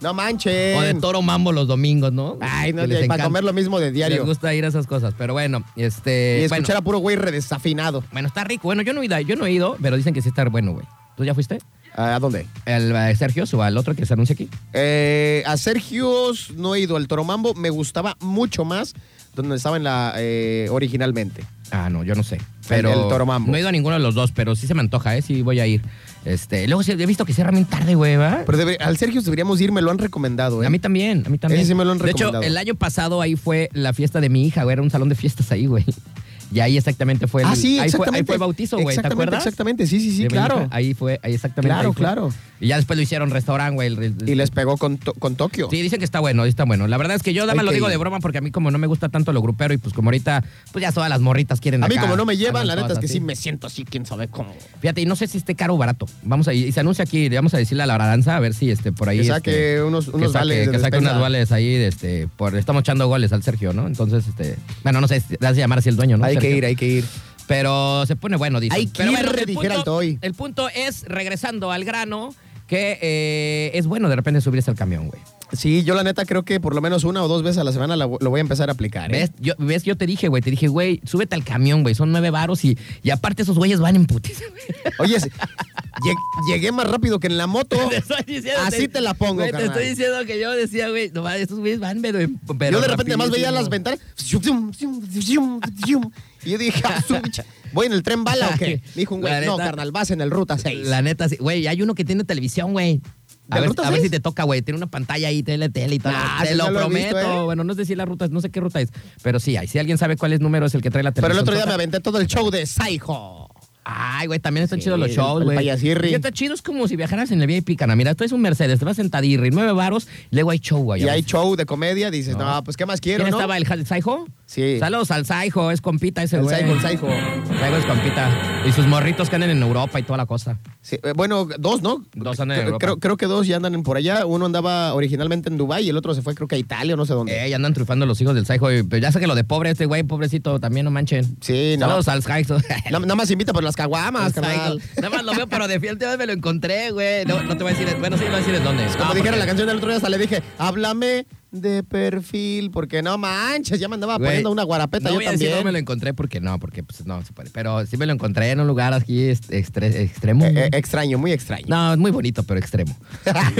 [SPEAKER 1] No manches.
[SPEAKER 2] O de toro mambo los domingos, ¿no?
[SPEAKER 1] Ay, no,
[SPEAKER 2] Que les
[SPEAKER 1] y para
[SPEAKER 2] encanta.
[SPEAKER 1] comer lo mismo de diario.
[SPEAKER 2] Les gusta ir a esas cosas, pero bueno, este.
[SPEAKER 1] y
[SPEAKER 2] bueno,
[SPEAKER 1] escuchar a puro güey redesafinado.
[SPEAKER 2] Bueno, está rico. Bueno, yo no he ido, yo no he ido, pero dicen que sí está bueno, güey. ¿Tú ya fuiste?
[SPEAKER 1] ¿A dónde?
[SPEAKER 2] ¿El eh, Sergio o al otro que se anuncia aquí?
[SPEAKER 1] Eh, a Sergios no he ido. El Toromambo me gustaba mucho más donde estaba en la eh, originalmente.
[SPEAKER 2] Ah, no, yo no sé. Pero
[SPEAKER 1] El- el Toro Mambo.
[SPEAKER 2] No he ido a ninguno de los dos, pero sí se me antoja, ¿eh? Sí voy a ir. Este, luego sí, he visto que cierra bien tarde, güey, ¿va?
[SPEAKER 1] Pero debe- al Sergios deberíamos ir, me lo han recomendado. ¿eh?
[SPEAKER 2] A mí también, a mí también.
[SPEAKER 1] Ese sí me lo han
[SPEAKER 2] de hecho,
[SPEAKER 1] recomendado.
[SPEAKER 2] el año pasado ahí fue la fiesta de mi hija, güey. Era un salón de fiestas ahí, güey. Y ahí exactamente fue el,
[SPEAKER 1] ah, sí,
[SPEAKER 2] ahí
[SPEAKER 1] exactamente.
[SPEAKER 2] fue, ahí fue el bautizo, güey. ¿Te
[SPEAKER 1] Exactamente,
[SPEAKER 2] acuerdas?
[SPEAKER 1] Exactamente, sí, sí, sí,
[SPEAKER 2] De mi
[SPEAKER 1] claro.
[SPEAKER 2] hija, Ahí fue, ahí exactamente.
[SPEAKER 1] Claro,
[SPEAKER 2] ahí fue.
[SPEAKER 1] claro.
[SPEAKER 2] Y ya después lo hicieron restaurante, güey. el- el-
[SPEAKER 1] Y les pegó con, to- con Tokio.
[SPEAKER 2] Sí, dicen que está bueno, está bueno. La verdad es que yo nada
[SPEAKER 1] Hay
[SPEAKER 2] más lo
[SPEAKER 1] que
[SPEAKER 2] digo
[SPEAKER 1] ir.
[SPEAKER 2] de broma porque a mí como no me gusta tanto lo grupero y pues como ahorita, pues ya todas las morritas quieren
[SPEAKER 1] a mí
[SPEAKER 2] acá, Ah,
[SPEAKER 1] como no me llevan, la
[SPEAKER 2] andan
[SPEAKER 1] neta es
[SPEAKER 2] todas
[SPEAKER 1] que sí
[SPEAKER 2] así.
[SPEAKER 1] me siento así, quién sabe cómo.
[SPEAKER 2] Fíjate, y no sé si esté caro o barato. Vamos a, y se anuncia aquí, le vamos a decirle a la aranza a ver si este por ahí.
[SPEAKER 1] Que saque
[SPEAKER 2] este,
[SPEAKER 1] unos- unos
[SPEAKER 2] que saque,
[SPEAKER 1] vales de
[SPEAKER 2] que saque
[SPEAKER 1] despensa.
[SPEAKER 2] unos vales ahí, de este, por, le estamos echando goles al Sergio, ¿no? Entonces, este, bueno, no sé, si- le hace llamar así el dueño, ¿no?
[SPEAKER 1] hay que
[SPEAKER 2] Sergio?
[SPEAKER 1] ir, hay que ir.
[SPEAKER 2] Pero se pone bueno, dice.
[SPEAKER 1] Hay que
[SPEAKER 2] Pero
[SPEAKER 1] ir,
[SPEAKER 2] bueno, el
[SPEAKER 1] dijera
[SPEAKER 2] punto-
[SPEAKER 1] el Toy.
[SPEAKER 2] El punto es, regresando al grano, que eh, es bueno de repente subirse al camión, güey.
[SPEAKER 1] Sí, yo la neta creo que por lo menos una o dos veces a la semana la vo- lo voy a empezar a aplicar. ¿eh?
[SPEAKER 2] ¿Ves? Yo, ¿Ves? Yo te dije, güey, te dije, güey, súbete al camión, güey, son nueve varos y, y aparte esos güeyes van en putiza, güey.
[SPEAKER 1] Oye, si- lleg- llegué más rápido que en la moto.
[SPEAKER 2] Te estoy diciendo,
[SPEAKER 1] Así te la pongo,
[SPEAKER 2] güey, Te
[SPEAKER 1] carnal.
[SPEAKER 2] estoy diciendo que yo decía, güey, no, mames, estos güeyes van, pero, pero
[SPEAKER 1] yo de repente más veía
[SPEAKER 2] rapidísimo.
[SPEAKER 1] las ventanas. Y yo dije, "Ah, su bicha, ¿voy en el tren bala o qué? Me dijo un
[SPEAKER 2] La
[SPEAKER 1] güey, no,
[SPEAKER 2] neta-
[SPEAKER 1] carnal, vas en el ruta 6.
[SPEAKER 2] La neta, sí. güey, hay uno que tiene televisión, güey. A
[SPEAKER 1] ¿De
[SPEAKER 2] ver,
[SPEAKER 1] ruta
[SPEAKER 2] a ver
[SPEAKER 1] seis?
[SPEAKER 2] si te toca, güey. Tiene una pantalla ahí, tele, tele y todo.
[SPEAKER 1] Ah,
[SPEAKER 2] te
[SPEAKER 1] sí,
[SPEAKER 2] lo
[SPEAKER 1] no lo he
[SPEAKER 2] prometo.
[SPEAKER 1] visto, ¿eh?
[SPEAKER 2] Bueno, no sé si la ruta es, no sé qué ruta es. Pero sí, hay. Si alguien sabe cuál es número, es el que trae la
[SPEAKER 1] Pero el
[SPEAKER 2] televisión.
[SPEAKER 1] otro día me
[SPEAKER 2] toca.
[SPEAKER 1] aventé todo el show de Saijo.
[SPEAKER 2] Ay, güey, también están
[SPEAKER 1] Sí,
[SPEAKER 2] chidos los
[SPEAKER 1] el-
[SPEAKER 2] shows,
[SPEAKER 1] el
[SPEAKER 2] güey.
[SPEAKER 1] payasirri.
[SPEAKER 2] Y está chido, es como si viajaras en el VIP, cana. Mira, tú es un Mercedes, te vas sentadirri, nueve varos, y luego hay show, güey.
[SPEAKER 1] Y
[SPEAKER 2] A
[SPEAKER 1] hay
[SPEAKER 2] ver.
[SPEAKER 1] show de comedia. Dices, no, pues, ¿qué más quiero,
[SPEAKER 2] pues, ¿Quién
[SPEAKER 1] no?
[SPEAKER 2] estaba? ¿El Ja- Saijo?
[SPEAKER 1] Sí.
[SPEAKER 2] Saludos al Saijo, es compita ese,
[SPEAKER 1] El
[SPEAKER 2] güey.
[SPEAKER 1] Saijo, el Saijo.
[SPEAKER 2] Saijo es compita. Y sus morritos que andan en Europa y toda la cosa.
[SPEAKER 1] Sí, eh, bueno, dos, ¿no?
[SPEAKER 2] Dos andan en
[SPEAKER 1] Creo-
[SPEAKER 2] Europa.
[SPEAKER 1] creo, creo que dos ya andan por allá. Uno andaba originalmente en Dubái y el otro se fue, creo que a Italia o no sé dónde.
[SPEAKER 2] Eh, y andan triunfando los hijos del Saijo. y- Pero ya sé que lo de pobre este güey, pobrecito, también no manchen.
[SPEAKER 1] Sí, no.
[SPEAKER 2] Saludos al Saijo.
[SPEAKER 1] Na- Nada más invita por las caguamas,
[SPEAKER 2] Al Saijo.
[SPEAKER 1] carnal.
[SPEAKER 2] Nada más lo veo, pero de fiel me lo encontré, güey. No, no te voy a decir, bueno, sí, no voy a decir en dónde.
[SPEAKER 1] Como
[SPEAKER 2] Ah,
[SPEAKER 1] dijera
[SPEAKER 2] porque-
[SPEAKER 1] la canción del otro día, hasta le dije, háblame de perfil, porque no manches, ya me andaba
[SPEAKER 2] Güey,
[SPEAKER 1] poniendo una guarapeta
[SPEAKER 2] no
[SPEAKER 1] yo
[SPEAKER 2] voy a decir
[SPEAKER 1] también.
[SPEAKER 2] dónde me lo encontré porque no, porque pues no se puede. Pero sí me lo encontré en un lugar aquí est- extre- extremo.
[SPEAKER 1] Eh, eh, extraño, muy extraño.
[SPEAKER 2] No, es muy bonito, pero extremo.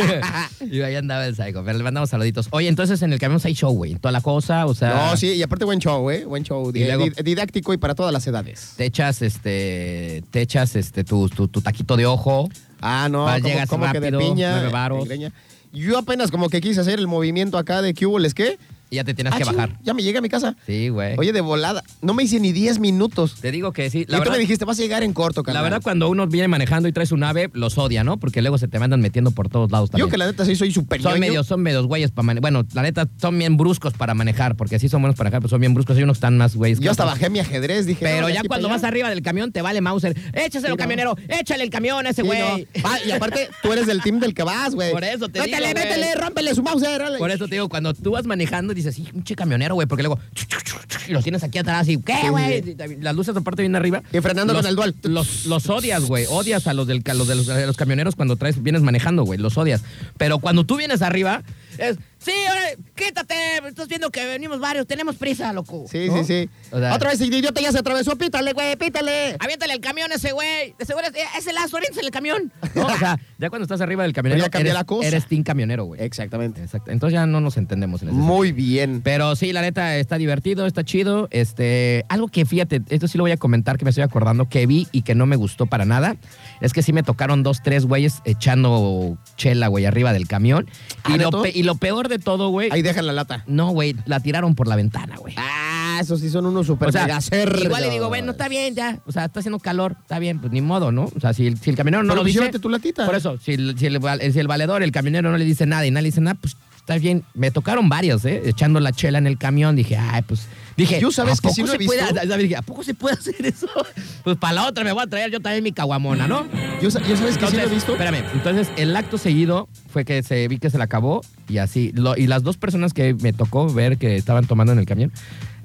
[SPEAKER 2] y ahí andaba el psycho, pero le mandamos saluditos. Oye, entonces en el camión hay show, güey, toda la cosa, o sea...
[SPEAKER 1] No, sí, y aparte buen show, ¿eh? Buen show.
[SPEAKER 2] Y
[SPEAKER 1] eh,
[SPEAKER 2] luego-
[SPEAKER 1] di- didáctico y para todas las edades.
[SPEAKER 2] Te echas, este, te echas, este, tu, tu, tu taquito de ojo.
[SPEAKER 1] Ah, no,
[SPEAKER 2] Vas,
[SPEAKER 1] como,
[SPEAKER 2] llegas
[SPEAKER 1] como que de
[SPEAKER 2] rápido,
[SPEAKER 1] piña.
[SPEAKER 2] nueve varos.
[SPEAKER 1] de greña. Yo apenas como que quise hacer el movimiento acá de que hubo, ¿les qué?
[SPEAKER 2] Y ya te tienes
[SPEAKER 1] Ah,
[SPEAKER 2] que
[SPEAKER 1] ching,
[SPEAKER 2] bajar.
[SPEAKER 1] Ya me llegué a mi casa.
[SPEAKER 2] Sí, eh. güey.
[SPEAKER 1] Oye, de volada. No me hice ni 10 minutos.
[SPEAKER 2] te digo que sí. La
[SPEAKER 1] y
[SPEAKER 2] verdad,
[SPEAKER 1] tú me dijiste, vas a llegar en corto, carnal.
[SPEAKER 2] la verdad, cuando uno viene manejando y trae su nave, los odia, ¿no? Porque luego se te mandan metiendo por todos lados también.
[SPEAKER 1] Yo que la neta sí soy súper
[SPEAKER 2] Son
[SPEAKER 1] ñoño.
[SPEAKER 2] medios, son medios güeyes para manejar. Bueno, la neta, son bien bruscos para manejar, porque sí son buenos para manejar, pero son bien bruscos. Hay unos que están más güeyes. que
[SPEAKER 1] Yo hasta
[SPEAKER 2] otros.
[SPEAKER 1] bajé mi ajedrez, dije.
[SPEAKER 2] Pero
[SPEAKER 1] no, de
[SPEAKER 2] ya
[SPEAKER 1] aquí
[SPEAKER 2] cuando
[SPEAKER 1] para
[SPEAKER 2] vas
[SPEAKER 1] allá.
[SPEAKER 2] arriba del camión, te vale Mauser. Échaselo,
[SPEAKER 1] Sí, no.
[SPEAKER 2] camionero. Échale el camión a ese
[SPEAKER 1] Sí,
[SPEAKER 2] güey.
[SPEAKER 1] no. Ah, y aparte, tú eres del team del que vas, güey.
[SPEAKER 2] Por eso te
[SPEAKER 1] métele,
[SPEAKER 2] digo, güey.
[SPEAKER 1] Métele, rómpele su mouse. órale.
[SPEAKER 2] Por eso te digo, cuando tú vas manejando, dices, sí, pinche camionero, güey, porque luego chu, chu, chu, chu, y los tienes aquí atrás y, ¿qué, güey? Y Las luces aparte vienen arriba.
[SPEAKER 1] Y frenando
[SPEAKER 2] Los-
[SPEAKER 1] con el dual.
[SPEAKER 2] Los, los odias, güey. Odias a los, del, a los de los, a los camioneros cuando traes, vienes manejando, güey. Los odias. Pero cuando tú vienes arriba, es,
[SPEAKER 5] Sí, ahora, quítate. Estás viendo que venimos varios. Tenemos prisa, loco.
[SPEAKER 1] Sí,
[SPEAKER 2] ¿No?
[SPEAKER 1] sí, sí.
[SPEAKER 2] O sea-
[SPEAKER 1] Otra vez el idiota ya se atravesó. Pítale, güey, pítale.
[SPEAKER 5] Aviéntale el camión a ese güey. De seguro es, ese lazo, aviéntale el camión.
[SPEAKER 2] No, o sea, ya cuando estás arriba del camionero,
[SPEAKER 1] Pero ya cambia
[SPEAKER 2] eres,
[SPEAKER 1] la cosa.
[SPEAKER 2] eres team camionero, güey.
[SPEAKER 1] Exactamente.
[SPEAKER 2] Exacto. Entonces ya no nos entendemos en ese sentido.
[SPEAKER 1] Muy bien.
[SPEAKER 2] Pero sí, la neta, está divertido, está chido. Este, algo que, fíjate, esto sí lo voy a comentar, que me estoy acordando, que vi y que no me gustó para nada, es que sí me tocaron dos, tres güeyes echando chela, güey, arriba del camión.
[SPEAKER 1] Ah,
[SPEAKER 2] Y,
[SPEAKER 1] ¿de
[SPEAKER 2] lo,
[SPEAKER 1] todo?
[SPEAKER 2] pe- y lo peor de todo, güey,
[SPEAKER 1] Ahí dejan la lata.
[SPEAKER 2] no, güey, la tiraron por la ventana, güey.
[SPEAKER 1] Ah, esos sí son unos super
[SPEAKER 2] O sea,
[SPEAKER 1] mega
[SPEAKER 2] igual le
[SPEAKER 1] cerdos.
[SPEAKER 2] digo, bueno, está bien, ya. O sea, está haciendo calor, está bien, pues ni modo, ¿no? O sea, si el, si el camionero no
[SPEAKER 1] Pero
[SPEAKER 2] lo
[SPEAKER 1] pues
[SPEAKER 2] dice...
[SPEAKER 1] llévate tu latita.
[SPEAKER 2] Por eso, si el, si el val- si el valedor, el camionero no le dice nada y nadie le dice nada, pues está bien. Me tocaron varios, ¿eh? Echando la chela en el camión. Dije, ay, pues... Dije,
[SPEAKER 1] Yo, ¿sabes
[SPEAKER 2] ¿a
[SPEAKER 1] que
[SPEAKER 2] poco
[SPEAKER 1] sí lo he
[SPEAKER 2] se
[SPEAKER 1] visto?
[SPEAKER 2] puede- a- a- dije, ¿a poco se puede hacer eso? Pues para la otra me voy a traer yo también mi caguamona, ¿no?
[SPEAKER 1] Yo, sa- yo sabes que sí lo he
[SPEAKER 2] Entonces,
[SPEAKER 1] visto.
[SPEAKER 2] Espérame, entonces el acto seguido fue que se vi que se la acabó y así. lo- y las dos personas que me tocó ver que estaban tomando en el camión,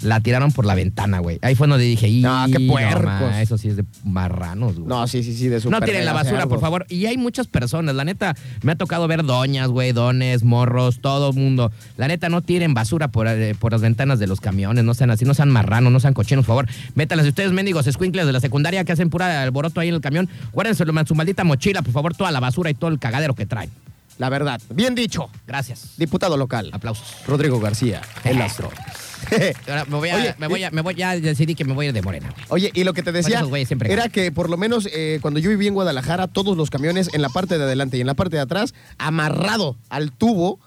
[SPEAKER 2] la tiraron por la ventana, güey. Ahí fue donde dije, ¡y!
[SPEAKER 1] No, Ah, qué
[SPEAKER 2] no,
[SPEAKER 1] puercos.
[SPEAKER 2] ma, eso sí es de marranos, güey.
[SPEAKER 1] No, sí, sí, sí, de
[SPEAKER 2] No
[SPEAKER 1] super
[SPEAKER 2] tiren la
[SPEAKER 1] mega
[SPEAKER 2] basura, por
[SPEAKER 1] cerdos.
[SPEAKER 2] favor. Y hay muchas personas, la neta, me ha tocado ver doñas, güey, dones, morros, todo mundo. La neta, no tiren basura por, eh, por las ventanas de los camiones, no sean así, no sean marranos, no sean cochinos, por favor. Métanlas ustedes, mendigos, escuincles de la secundaria que hacen pura alboroto ahí en el camión. Guárdense en su maldita mochila, por favor, toda la basura y todo el cagadero que traen.
[SPEAKER 1] La verdad. Bien dicho.
[SPEAKER 2] Gracias.
[SPEAKER 1] Diputado local.
[SPEAKER 2] Aplausos.
[SPEAKER 1] Rodrigo García, el astro.
[SPEAKER 2] Ahora me voy a,
[SPEAKER 1] Oye, eh,
[SPEAKER 2] me voy a- me voy- ya decidí que me voy a ir de morena. güey.
[SPEAKER 1] Oye, y lo que te decía
[SPEAKER 2] esos güeyes siempre
[SPEAKER 1] era
[SPEAKER 2] ganan.
[SPEAKER 1] que por lo menos eh, cuando yo viví en Guadalajara, todos los camiones en la parte de adelante y en la parte de atrás, amarrado al tubo,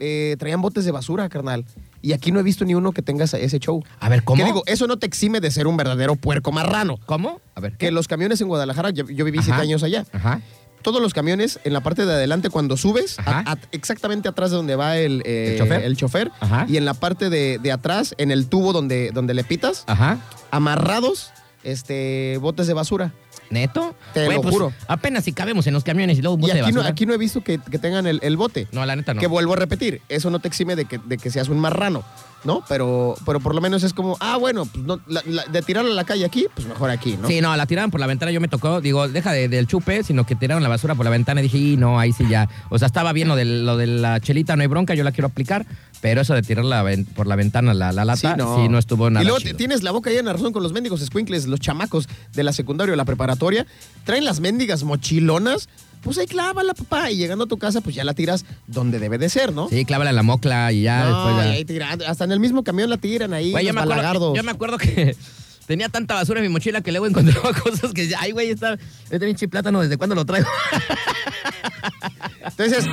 [SPEAKER 1] eh, traían botes de basura, carnal. Y aquí no he visto ni uno que tenga esa- ese show.
[SPEAKER 2] A ver, Ah, ¿cómo?
[SPEAKER 1] Que digo, eso no te exime de ser un verdadero puerco marrano.
[SPEAKER 2] ¿Cómo? A ver.
[SPEAKER 1] Que los camiones en Guadalajara, yo, yo viví siete
[SPEAKER 2] Ajá.
[SPEAKER 1] años allá.
[SPEAKER 2] Ajá.
[SPEAKER 1] Todos los camiones en la parte de adelante, cuando subes,
[SPEAKER 2] Ajá.
[SPEAKER 1] a- a- exactamente atrás de donde va el, eh,
[SPEAKER 2] ¿El chofer? Ajá.
[SPEAKER 1] y en la parte de, de atrás, en el tubo donde, donde le pitas,
[SPEAKER 2] Ajá.
[SPEAKER 1] amarrados este botes de basura.
[SPEAKER 2] ¿Neto?
[SPEAKER 1] Te
[SPEAKER 2] Güey,
[SPEAKER 1] lo
[SPEAKER 2] pues,
[SPEAKER 1] juro.
[SPEAKER 2] Apenas si cabemos en los camiones y luego un
[SPEAKER 1] Y
[SPEAKER 2] bote de
[SPEAKER 1] aquí no,
[SPEAKER 2] basura.
[SPEAKER 1] aquí no he visto que, que tengan el, el bote.
[SPEAKER 2] No, la neta no.
[SPEAKER 1] Que vuelvo a repetir, eso no te exime de que, de que seas un marrano, ¿no? Pero, pero por lo menos es como, ah, bueno, pues no- la- la- de tirarlo a la calle aquí, pues mejor aquí, ¿no?
[SPEAKER 2] Sí, no, la tiraron por la ventana, yo me tocó, digo, deja de- del chupe, sino que tiraron la basura por la ventana y dije, y no, ahí sí ya. O sea, estaba bien lo de, lo de la chelita, no hay bronca, yo la quiero aplicar, pero eso de tirar la ven- por la ventana la, la lata, sí, no. estuvo nada
[SPEAKER 1] Y luego te-
[SPEAKER 2] chido.
[SPEAKER 1] tienes la boca llena de razón con los mendigos squinkles, los chamacos de la secundaria o la preparatoria, traen las mendigas mochilonas, pues ahí clávala, papá, y llegando a tu casa, pues ya la tiras donde debe de ser, ¿no?
[SPEAKER 2] Sí, clávala en la mocla y ya
[SPEAKER 1] No,
[SPEAKER 2] después
[SPEAKER 1] y
[SPEAKER 2] ya.
[SPEAKER 1] ahí tirando, hasta en el mismo camión la tiran ahí,
[SPEAKER 2] Güey, yo,
[SPEAKER 1] los
[SPEAKER 2] me acuerdo,
[SPEAKER 1] balagardos.
[SPEAKER 2] yo me acuerdo que tenía tanta basura en mi mochila que luego encontraba cosas que decía, ay, güey, está, este pinche plátano, ¿desde cuándo lo traigo?
[SPEAKER 1] Entonces,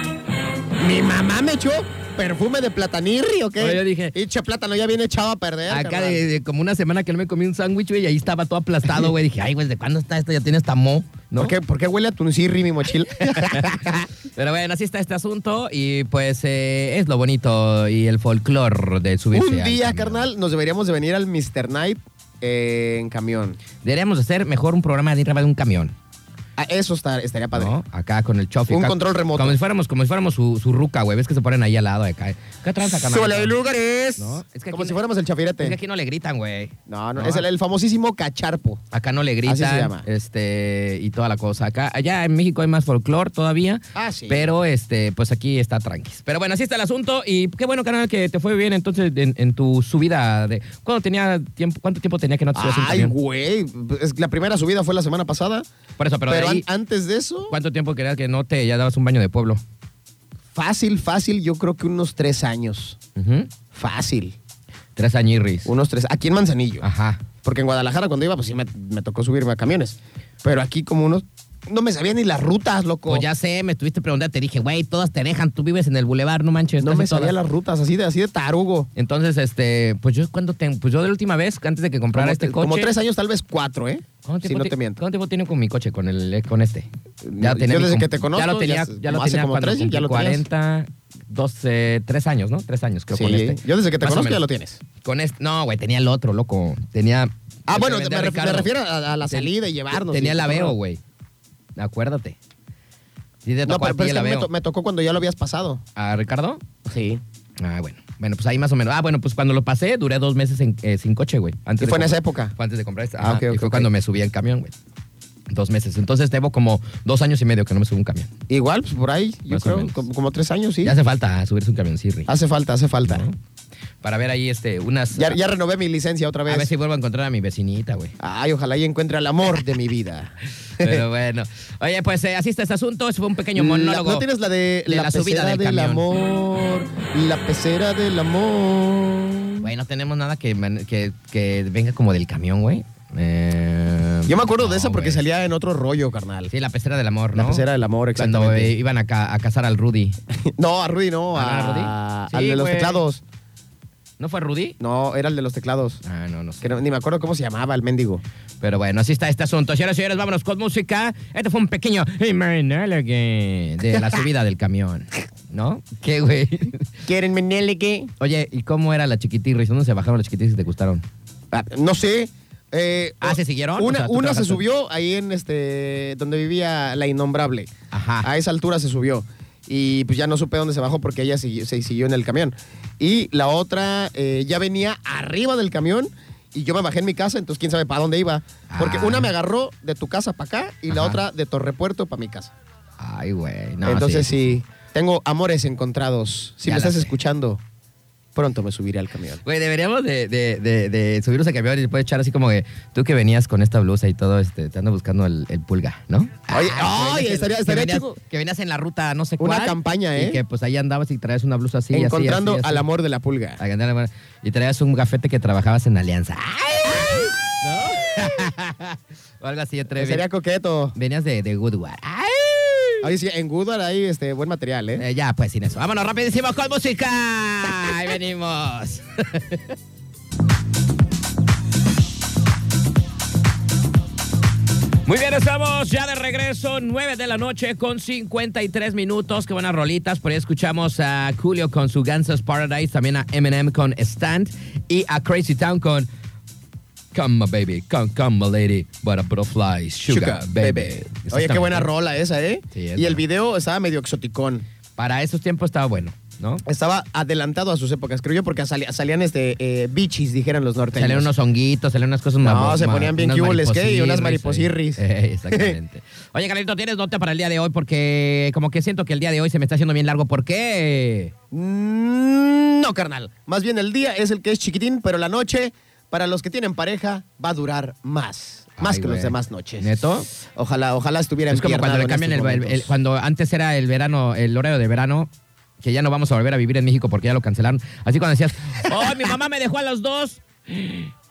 [SPEAKER 1] mi mamá me echó perfume de platanirri, ¿o qué?
[SPEAKER 2] Oye, yo dije-
[SPEAKER 1] Echa plátano, ya viene echado a perder.
[SPEAKER 2] Acá
[SPEAKER 1] carnal.
[SPEAKER 2] de, de como una semana que no me comí un sándwich, güey, y ahí estaba todo aplastado, güey. Dije, ay, güey, ¿de cuándo está esto? Ya tiene hasta mo, ¿no? Ah,
[SPEAKER 1] ¿Por, qué, por qué huele a tuncirri mi mochila?
[SPEAKER 2] Pero bueno, así está este asunto y pues eh, es lo bonito y el folclore de subirse.
[SPEAKER 1] Un
[SPEAKER 2] al
[SPEAKER 1] día,
[SPEAKER 2] camión.
[SPEAKER 1] carnal, nos deberíamos de venir al Mr. Night eh, en camión.
[SPEAKER 2] Deberíamos hacer mejor un programa de ir arriba de un camión.
[SPEAKER 1] Ah, eso está- estaría padre.
[SPEAKER 2] ¿no? Acá con el chofer.
[SPEAKER 1] Un
[SPEAKER 2] acá-
[SPEAKER 1] control remoto.
[SPEAKER 2] Como si fuéramos, como si fuéramos su, su ruca, güey. Ves que se ponen ahí al lado de acá. ¿Qué tranza, camarada?
[SPEAKER 1] Solo hay lugares.
[SPEAKER 2] No, es que
[SPEAKER 1] Como
[SPEAKER 2] aquí
[SPEAKER 1] si
[SPEAKER 2] no-
[SPEAKER 1] fuéramos el chafirete.
[SPEAKER 2] Es que aquí no le gritan, güey.
[SPEAKER 1] No, no, es el, el famosísimo cacharpo.
[SPEAKER 2] Acá no le gritan.
[SPEAKER 1] Así se llama.
[SPEAKER 2] Este, y toda la cosa. Acá, allá en México hay más folclore todavía.
[SPEAKER 1] Ah, sí.
[SPEAKER 2] Pero, este, pues aquí está tranquis. Pero bueno, así está el asunto. Y qué bueno, canal, que te fue bien entonces en, en tu subida de. ¿Cuándo tenía tiempo, ¿Cuánto tiempo tenía que no te subías a un
[SPEAKER 1] Ay,
[SPEAKER 2] camión?
[SPEAKER 1] güey. Es- La primera subida fue la semana pasada.
[SPEAKER 2] Por eso, pero,
[SPEAKER 1] Pero,
[SPEAKER 2] de
[SPEAKER 1] an-
[SPEAKER 2] ahí,
[SPEAKER 1] antes de eso,
[SPEAKER 2] ¿cuánto tiempo querías que no te ya dabas un baño de pueblo?
[SPEAKER 1] fácil, fácil, yo creo que unos tres años.
[SPEAKER 2] Ujú.
[SPEAKER 1] Fácil.
[SPEAKER 2] Tres añirris.
[SPEAKER 1] Unos tres. Aquí en Manzanillo.
[SPEAKER 2] Ajá.
[SPEAKER 1] Porque en Guadalajara cuando iba, pues sí me, me tocó subirme a camiones. Pero aquí como unos... No me sabía ni las rutas, loco.
[SPEAKER 2] Pues ya sé, me estuviste preguntando, te dije, güey, todas te dejan, tú vives en el bulevar, no manches.
[SPEAKER 1] no
[SPEAKER 2] casi
[SPEAKER 1] me sabía
[SPEAKER 2] todas.
[SPEAKER 1] las rutas, así de, así de tarugo.
[SPEAKER 2] Entonces, este, pues yo cuando te, pues yo de la última vez, antes de que comprara
[SPEAKER 1] Como,
[SPEAKER 2] este coche.
[SPEAKER 1] como tres años, tal vez cuatro, ¿eh?
[SPEAKER 2] ¿Cuánto
[SPEAKER 1] Si
[SPEAKER 2] tiempo
[SPEAKER 1] no
[SPEAKER 2] ti-
[SPEAKER 1] te miento. Mm,
[SPEAKER 2] ¿Cuánto tiempo tiene con mi coche, con el, eh, con este?
[SPEAKER 1] Yo desde
[SPEAKER 2] mi com-
[SPEAKER 1] que te conozco,
[SPEAKER 2] Ya
[SPEAKER 1] ya
[SPEAKER 2] lo tenía,
[SPEAKER 1] hace-
[SPEAKER 2] ya lo
[SPEAKER 1] hace
[SPEAKER 2] tenía
[SPEAKER 1] como
[SPEAKER 2] cuando
[SPEAKER 1] tres, ya
[SPEAKER 2] cumplí
[SPEAKER 1] lo tenías.
[SPEAKER 2] 40, 12, 3 años, ¿no? 3 años creo
[SPEAKER 1] Sí,
[SPEAKER 2] con este.
[SPEAKER 1] yo desde que te
[SPEAKER 2] Más o
[SPEAKER 1] conozco ya
[SPEAKER 2] menos.
[SPEAKER 1] lo tienes.
[SPEAKER 2] Con este, no, güey, tenía el otro, loco. Tenía...
[SPEAKER 1] Ah,
[SPEAKER 2] el que
[SPEAKER 1] bueno, me,
[SPEAKER 2] vendía
[SPEAKER 1] ref- me
[SPEAKER 2] Ricardo.
[SPEAKER 1] refiero a, a la
[SPEAKER 2] Ten-
[SPEAKER 1] salida y llevarnos. y
[SPEAKER 2] Tenía el
[SPEAKER 1] todo.
[SPEAKER 2] aveo, güey. Acuérdate. Sí, te
[SPEAKER 1] No,
[SPEAKER 2] tocó a
[SPEAKER 1] pero,
[SPEAKER 2] ti
[SPEAKER 1] pero es
[SPEAKER 2] el
[SPEAKER 1] que me,
[SPEAKER 2] aveo.
[SPEAKER 1] to- me tocó cuando ya lo habías pasado.
[SPEAKER 2] ¿A Ricardo?
[SPEAKER 1] Sí.
[SPEAKER 2] Ah, bueno. Bueno, pues ahí más o menos. Ah, bueno, pues cuando lo pasé, duré dos meses en- eh, sin coche, güey. Antes
[SPEAKER 1] ¿Y
[SPEAKER 2] de
[SPEAKER 1] fue en
[SPEAKER 2] comprar-
[SPEAKER 1] esa época?
[SPEAKER 2] Fue antes de comprar este.
[SPEAKER 1] Ah,
[SPEAKER 2] Ajá,
[SPEAKER 1] ok,
[SPEAKER 2] y
[SPEAKER 1] ok,
[SPEAKER 2] fue
[SPEAKER 1] ok.
[SPEAKER 2] cuando me subí al camión, güey. Dos meses. Entonces debo como dos años y medio que no me subo a un camión.
[SPEAKER 1] Igual, pues por ahí, yo
[SPEAKER 2] Más o
[SPEAKER 1] creo,
[SPEAKER 2] menos.
[SPEAKER 1] como, como tres años, sí.
[SPEAKER 2] Ya hace falta subirse un camión, sí, Rick.
[SPEAKER 1] Hace falta, hace falta.
[SPEAKER 2] Para ver ahí este, unas.
[SPEAKER 1] Ya, ya renové mi licencia otra
[SPEAKER 2] a ver
[SPEAKER 1] vez.
[SPEAKER 2] si vuelvo a encontrar a mi vecinita, güey.
[SPEAKER 1] Ay, ojalá y encuentre al amor de mi vida.
[SPEAKER 2] Pero bueno. Oye, pues eh, así está este asunto. Eso fue un pequeño
[SPEAKER 1] La-
[SPEAKER 2] monólogo.
[SPEAKER 1] ¿No tienes la de,
[SPEAKER 2] de
[SPEAKER 1] la,
[SPEAKER 2] la subida
[SPEAKER 1] pecera
[SPEAKER 2] del
[SPEAKER 1] del,
[SPEAKER 2] camión?
[SPEAKER 1] amor? La pecera del amor.
[SPEAKER 2] Güey, no tenemos nada que, man- que, que venga como del camión, güey. Eh,
[SPEAKER 1] Yo me acuerdo
[SPEAKER 2] no,
[SPEAKER 1] de esa porque
[SPEAKER 2] güey.
[SPEAKER 1] salía en otro rollo, carnal.
[SPEAKER 2] Sí, la pecera del amor,
[SPEAKER 1] La
[SPEAKER 2] ¿no?
[SPEAKER 1] pecera del amor,
[SPEAKER 2] Cuando
[SPEAKER 1] exactamente.
[SPEAKER 2] eh, iban a, ca- a cazar al Rudy.
[SPEAKER 1] No, a Rudy no,
[SPEAKER 2] ¿Ah, no era
[SPEAKER 1] a-
[SPEAKER 2] Rudy?
[SPEAKER 1] al
[SPEAKER 2] Sí,
[SPEAKER 1] de los
[SPEAKER 2] güey.
[SPEAKER 1] teclados.
[SPEAKER 2] ¿No fue Rudy?
[SPEAKER 1] No, era el de los teclados.
[SPEAKER 2] Ah, no, no sé.
[SPEAKER 1] Que no- ni me acuerdo cómo se llamaba el mendigo.
[SPEAKER 2] Pero bueno, así está este asunto. Señoras y señores, vámonos con música. Este fue un pequeño monólogo de la subida del camión. ¿No? ¿Qué, güey?
[SPEAKER 1] ¿Quieren menele qué?
[SPEAKER 2] Oye, ¿y cómo era la chiquitirris? ¿Dónde se bajaron las chiquitirris que te gustaron?
[SPEAKER 1] Ah, No sé. Eh,
[SPEAKER 2] Ah, ¿se siguieron?
[SPEAKER 1] Una,
[SPEAKER 2] O sea, tú
[SPEAKER 1] una se
[SPEAKER 2] trabajaste-
[SPEAKER 1] subió ahí en este. donde vivía la innombrable.
[SPEAKER 2] Ajá.
[SPEAKER 1] A esa altura se subió. Y pues ya no supe dónde se bajó porque ella sigui- se siguió en el camión. Y la otra eh, ya venía arriba del camión y yo me bajé en mi casa, entonces quién sabe para dónde iba. Porque
[SPEAKER 2] Ah.
[SPEAKER 1] una me agarró de tu casa para acá y la
[SPEAKER 2] Ajá.
[SPEAKER 1] otra de Torrepuerto para mi casa.
[SPEAKER 2] Ay, güey. No,
[SPEAKER 1] entonces
[SPEAKER 2] sí.
[SPEAKER 1] sí, tengo amores encontrados. Si me
[SPEAKER 2] Ya la
[SPEAKER 1] estás
[SPEAKER 2] sé.
[SPEAKER 1] escuchando, pronto me subiré al camión.
[SPEAKER 2] Güey, deberíamos de, de, de, de subirnos al camión y después echar así como que tú que venías con esta blusa y todo, este, te ando buscando el, el pulga, ¿no?
[SPEAKER 1] Oye,
[SPEAKER 2] Ah,
[SPEAKER 1] ay,
[SPEAKER 2] que-
[SPEAKER 1] estaría-
[SPEAKER 2] que
[SPEAKER 1] estaría
[SPEAKER 2] venías-
[SPEAKER 1] chido.
[SPEAKER 2] Que venías en la ruta, no sé
[SPEAKER 1] Una
[SPEAKER 2] cuál.
[SPEAKER 1] campaña, ¿eh?
[SPEAKER 2] Y que pues ahí andabas y traías una blusa así, así,
[SPEAKER 1] Encontrando
[SPEAKER 2] así, así.
[SPEAKER 1] al amor de la pulga.
[SPEAKER 2] Ahí andaba, Y traías un gafete que trabajabas en Alianza. ¿No? o algo así, atrevi.
[SPEAKER 1] Pues Sería coqueto.
[SPEAKER 2] Venías de, de Goodward. ¡Ay!
[SPEAKER 1] Ahí sí, en Goodward hay este, buen material, ¿eh?
[SPEAKER 2] Eh, ya, pues sin eso. Vámonos rapidísimo con música. Ahí venimos. Muy bien, estamos ya de regreso, 9 de la noche con 53 minutos. Qué buenas rolitas. Por ahí escuchamos a Julio con su Gansas Paradise, también a Eminem con Stand y a Crazy Town con Come My Baby, Come, come My Lady, Butterfly,
[SPEAKER 1] Chuca,
[SPEAKER 2] Sugar, Baby.
[SPEAKER 1] Oye, qué buena
[SPEAKER 2] Exactamente.
[SPEAKER 1] rola esa, ¿eh?
[SPEAKER 2] Sí, es
[SPEAKER 1] y el
[SPEAKER 2] buena.
[SPEAKER 1] video estaba medio exoticón.
[SPEAKER 2] Para esos tiempos estaba bueno, ¿no?
[SPEAKER 1] Estaba adelantado a sus épocas, creo yo, porque salía- salían este, eh, bichis, dijeran los norteños.
[SPEAKER 2] Salían unos honguitos, salían unas cosas
[SPEAKER 1] No,
[SPEAKER 2] mamo-
[SPEAKER 1] se
[SPEAKER 2] ma-
[SPEAKER 1] ponían bien
[SPEAKER 2] unas
[SPEAKER 1] cuboles, ¿qué? Y unas mariposirris.
[SPEAKER 2] mariposirris. Eh, exactamente. Oye, Carlito, ¿tienes nota para el día de hoy? Porque como que siento que el día de hoy se me está haciendo bien largo. ¿Por qué?
[SPEAKER 1] Mm, No, carnal. Más bien el día es el que es chiquitín, pero la noche, para los que tienen pareja, va a durar más. Más
[SPEAKER 2] Ay,
[SPEAKER 1] que
[SPEAKER 2] güey.
[SPEAKER 1] las demás noches.
[SPEAKER 2] ¿Neto?
[SPEAKER 1] Ojalá, ojalá estuviera
[SPEAKER 2] Es como cuando
[SPEAKER 1] empiernado
[SPEAKER 2] le
[SPEAKER 1] en este
[SPEAKER 2] cambian el,
[SPEAKER 1] estos
[SPEAKER 2] el-
[SPEAKER 1] momentos.
[SPEAKER 2] el- cuando antes era el verano, el horario de verano, que ya no vamos a volver a vivir en México porque ya lo cancelaron. Así cuando decías, oh, mi mamá me dejó a las dos.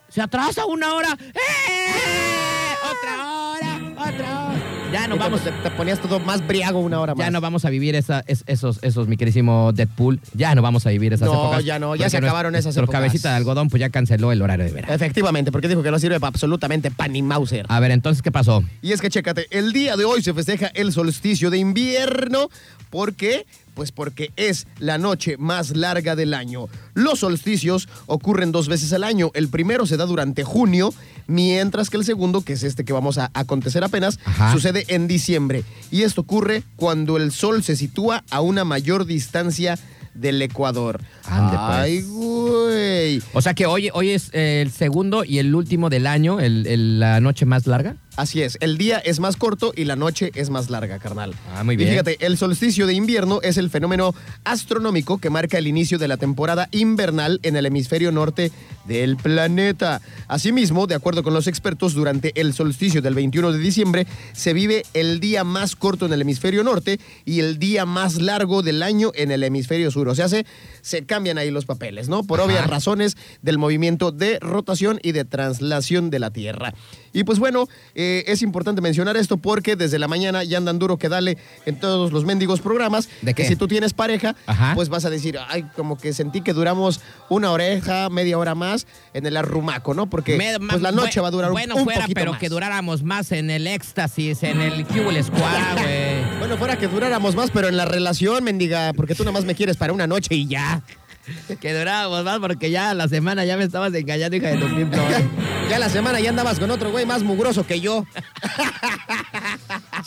[SPEAKER 2] Se atrasa una hora. ¡Eh! Otra hora, otra hora. Ya nos
[SPEAKER 1] Y te-
[SPEAKER 2] vamos.
[SPEAKER 1] Te, te ponías todo más briago una hora más.
[SPEAKER 2] Ya no vamos a vivir esa, es- esos, esos, mi queridísimo Deadpool. Ya no vamos a vivir esas
[SPEAKER 1] No,
[SPEAKER 2] épocas.
[SPEAKER 1] ya no, ya se
[SPEAKER 2] Porque
[SPEAKER 1] acabaron esas
[SPEAKER 2] nuestro
[SPEAKER 1] épocas.
[SPEAKER 2] cabecita de algodón, pues ya canceló el horario de verano.
[SPEAKER 1] Efectivamente, porque dijo que no sirve para absolutamente pan ni Mauser.
[SPEAKER 2] A ver, entonces, ¿qué pasó?
[SPEAKER 1] Ah. Y es que chécate, el día de hoy se festeja el solsticio de invierno. ¿Por qué? Pues porque es la noche más larga del año. Los solsticios ocurren dos veces al año. El primero se da durante junio, mientras que el segundo, que es este que vamos a acontecer apenas,
[SPEAKER 2] Ajá.
[SPEAKER 1] sucede en diciembre. Y esto ocurre cuando el sol se sitúa a una mayor distancia del ecuador.
[SPEAKER 2] Ande, pues.
[SPEAKER 1] Ay, güey.
[SPEAKER 2] O sea que hoy, hoy es eh, el segundo y el último del año, el- el- la noche más larga.
[SPEAKER 1] Así es, el día es más corto y la noche es más larga, carnal.
[SPEAKER 2] Ah, muy bien.
[SPEAKER 1] Y fíjate, el solsticio de invierno es el fenómeno astronómico que marca el inicio de la temporada invernal en el hemisferio norte del planeta. Asimismo, de acuerdo con los expertos, durante el solsticio del 21 de diciembre se vive el día más corto en el hemisferio norte y el día más largo del año en el hemisferio sur. O sea, se, se cambian ahí los papeles, ¿no? Por obvias
[SPEAKER 2] Ajá.
[SPEAKER 1] razones del movimiento de rotación y de traslación de la Tierra. Y pues bueno, eh, es importante mencionar esto porque desde la mañana ya andan duro que dale en todos los mendigos programas.
[SPEAKER 2] ¿De
[SPEAKER 1] que
[SPEAKER 2] qué?
[SPEAKER 1] si tú tienes pareja,
[SPEAKER 2] Ajá.
[SPEAKER 1] pues vas a decir, ay, como que sentí que duramos una oreja, media hora más en el arrumaco, ¿no? Porque
[SPEAKER 2] Me-
[SPEAKER 1] pues la
[SPEAKER 2] bu-
[SPEAKER 1] noche va a durar un-
[SPEAKER 2] Bueno,
[SPEAKER 1] un
[SPEAKER 2] fuera,
[SPEAKER 1] poquito
[SPEAKER 2] pero
[SPEAKER 1] más.
[SPEAKER 2] que duráramos más en el éxtasis, en el Cubel Squad, güey.
[SPEAKER 1] Bueno, fuera que duráramos más, pero en la relación, mendiga, porque tú nada más me quieres para una noche y ya.
[SPEAKER 2] Que duráramos más porque ya la semana ya me estabas engañando, hija de tu pimplón.
[SPEAKER 1] Ya la semana ya andabas con otro güey más mugroso que yo.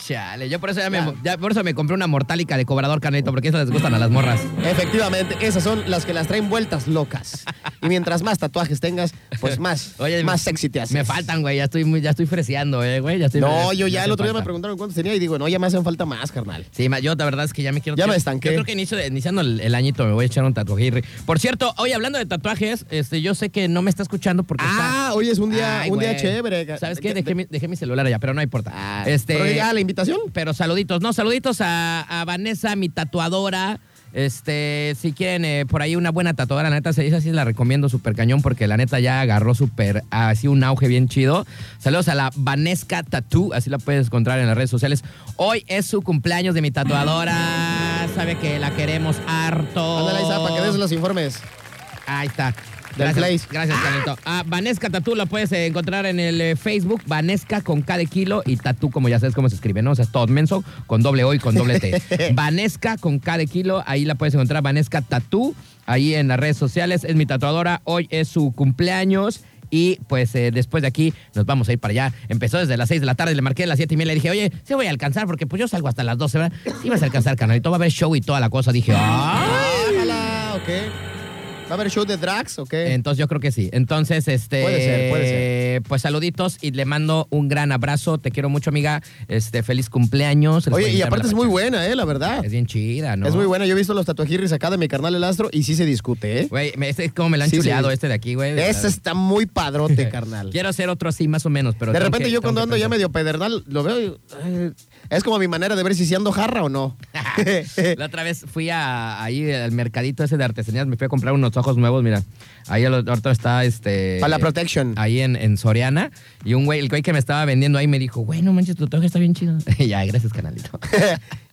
[SPEAKER 2] Chale, yo por eso ya me, ya por eso me compré una mortálica de cobrador canelito, porque esas les gustan a las morras.
[SPEAKER 1] Efectivamente, esas son las que las traen vueltas locas. Y mientras más tatuajes tengas, pues más,
[SPEAKER 2] Oye,
[SPEAKER 1] más
[SPEAKER 2] me-
[SPEAKER 1] sexy te haces.
[SPEAKER 2] Me faltan, güey, ya estoy, muy- ya estoy freseando, eh, güey. Ya estoy,
[SPEAKER 1] No, yo ya el
[SPEAKER 2] hace
[SPEAKER 1] otro día me
[SPEAKER 2] falta.
[SPEAKER 1] preguntaron cuántos tenía y digo, no, ya me hacen falta más, carnal.
[SPEAKER 2] Sí, ma, yo la verdad es que ya me quiero...
[SPEAKER 1] Ya me
[SPEAKER 2] yo-
[SPEAKER 1] estanqué.
[SPEAKER 2] Yo creo que inicio de- iniciando el, el añito me voy a echar un tatuaje. Por cierto, hoy hablando de tatuajes, este, yo sé que no me está escuchando porque
[SPEAKER 1] Ah,
[SPEAKER 2] está...
[SPEAKER 1] hoy es un día,
[SPEAKER 2] Ay,
[SPEAKER 1] un día
[SPEAKER 2] güey.
[SPEAKER 1] chévere.
[SPEAKER 2] ¿Sabes qué?
[SPEAKER 1] De-
[SPEAKER 2] Dejé, mi, dejé mi celular allá, pero no importa.
[SPEAKER 1] Pero,
[SPEAKER 2] este,
[SPEAKER 1] ah, la invitación.
[SPEAKER 2] pero saluditos, no, saluditos a, a Vanessa, mi tatuadora. Este, si quieren eh, por ahí una buena tatuadora, la neta, se dice así, la recomiendo súper cañón porque la neta ya agarró súper, así un auge bien chido. Saludos a la Vanesca Tattoo, así la puedes encontrar en las redes sociales. Hoy es su cumpleaños de mi tatuadora, sabe que la queremos harto.
[SPEAKER 1] Ándale, ahí está, para que des los informes.
[SPEAKER 2] Ahí está.
[SPEAKER 1] Del
[SPEAKER 2] Gracias,
[SPEAKER 1] Place.
[SPEAKER 2] gracias, Carlito. Ah, Vanesca Tatú la puedes eh, encontrar en el eh, Facebook, Vanesca con K de kilo y Tatú, como ya sabes cómo se escribe, ¿no? O sea, es todo menso, con doble O y con doble T. Vanesca con K de kilo, ahí la puedes encontrar, Vanesca Tatú, ahí en las redes sociales. Es mi tatuadora, hoy es su cumpleaños. Y pues eh, después de aquí nos vamos a ir para allá. Empezó desde las 6 de la tarde, le marqué a las 7 y media. Le dije, oye, se voy a alcanzar porque pues yo salgo hasta las 12, ¿verdad? Sí, vas a alcanzar, canalito. Va a haber show y toda la cosa. Dije, ¡ah!
[SPEAKER 1] Ojalá, ¿o qué? ¿Va a haber show de drags o qué?
[SPEAKER 2] Entonces yo creo que sí. Entonces, este.
[SPEAKER 1] Puede ser, puede ser.
[SPEAKER 2] Pues saluditos y le mando un gran abrazo. Te quiero mucho, amiga. Este, feliz cumpleaños. Les voy
[SPEAKER 1] Oye,
[SPEAKER 2] a
[SPEAKER 1] y
[SPEAKER 2] invitar
[SPEAKER 1] aparte
[SPEAKER 2] a
[SPEAKER 1] es
[SPEAKER 2] la
[SPEAKER 1] muy
[SPEAKER 2] pachanga.
[SPEAKER 1] buena, ¿eh? La verdad.
[SPEAKER 2] Es bien chida, ¿no?
[SPEAKER 1] Es muy buena. Yo he visto los tatuajirris acá de mi carnal El Astro y sí se discute, ¿eh?
[SPEAKER 2] Güey, me- este es como me lo han
[SPEAKER 1] Sí,
[SPEAKER 2] chuleado
[SPEAKER 1] sí.
[SPEAKER 2] este de aquí, güey. de
[SPEAKER 1] Ese
[SPEAKER 2] verdad.
[SPEAKER 1] está muy padrote, carnal.
[SPEAKER 2] Quiero hacer otro así, más o menos, pero.
[SPEAKER 1] De
[SPEAKER 2] tengo
[SPEAKER 1] repente
[SPEAKER 2] que-
[SPEAKER 1] yo
[SPEAKER 2] tengo
[SPEAKER 1] cuando
[SPEAKER 2] que
[SPEAKER 1] ando ya
[SPEAKER 2] pensar.
[SPEAKER 1] medio pedernal, lo veo y, eh, Es como mi manera de ver si se ando jarra o no.
[SPEAKER 2] La otra vez fui a, ahí al mercadito ese de artesanías, me fui a comprar unos ojos nuevos, mira. Ahí el otro está este.
[SPEAKER 1] Para la protection.
[SPEAKER 2] ahí en, en Soriana. Y un güey, el güey que me estaba vendiendo ahí me dijo, güey, no manches, tu tatuaje está bien chido. Y ya, gracias, canalito.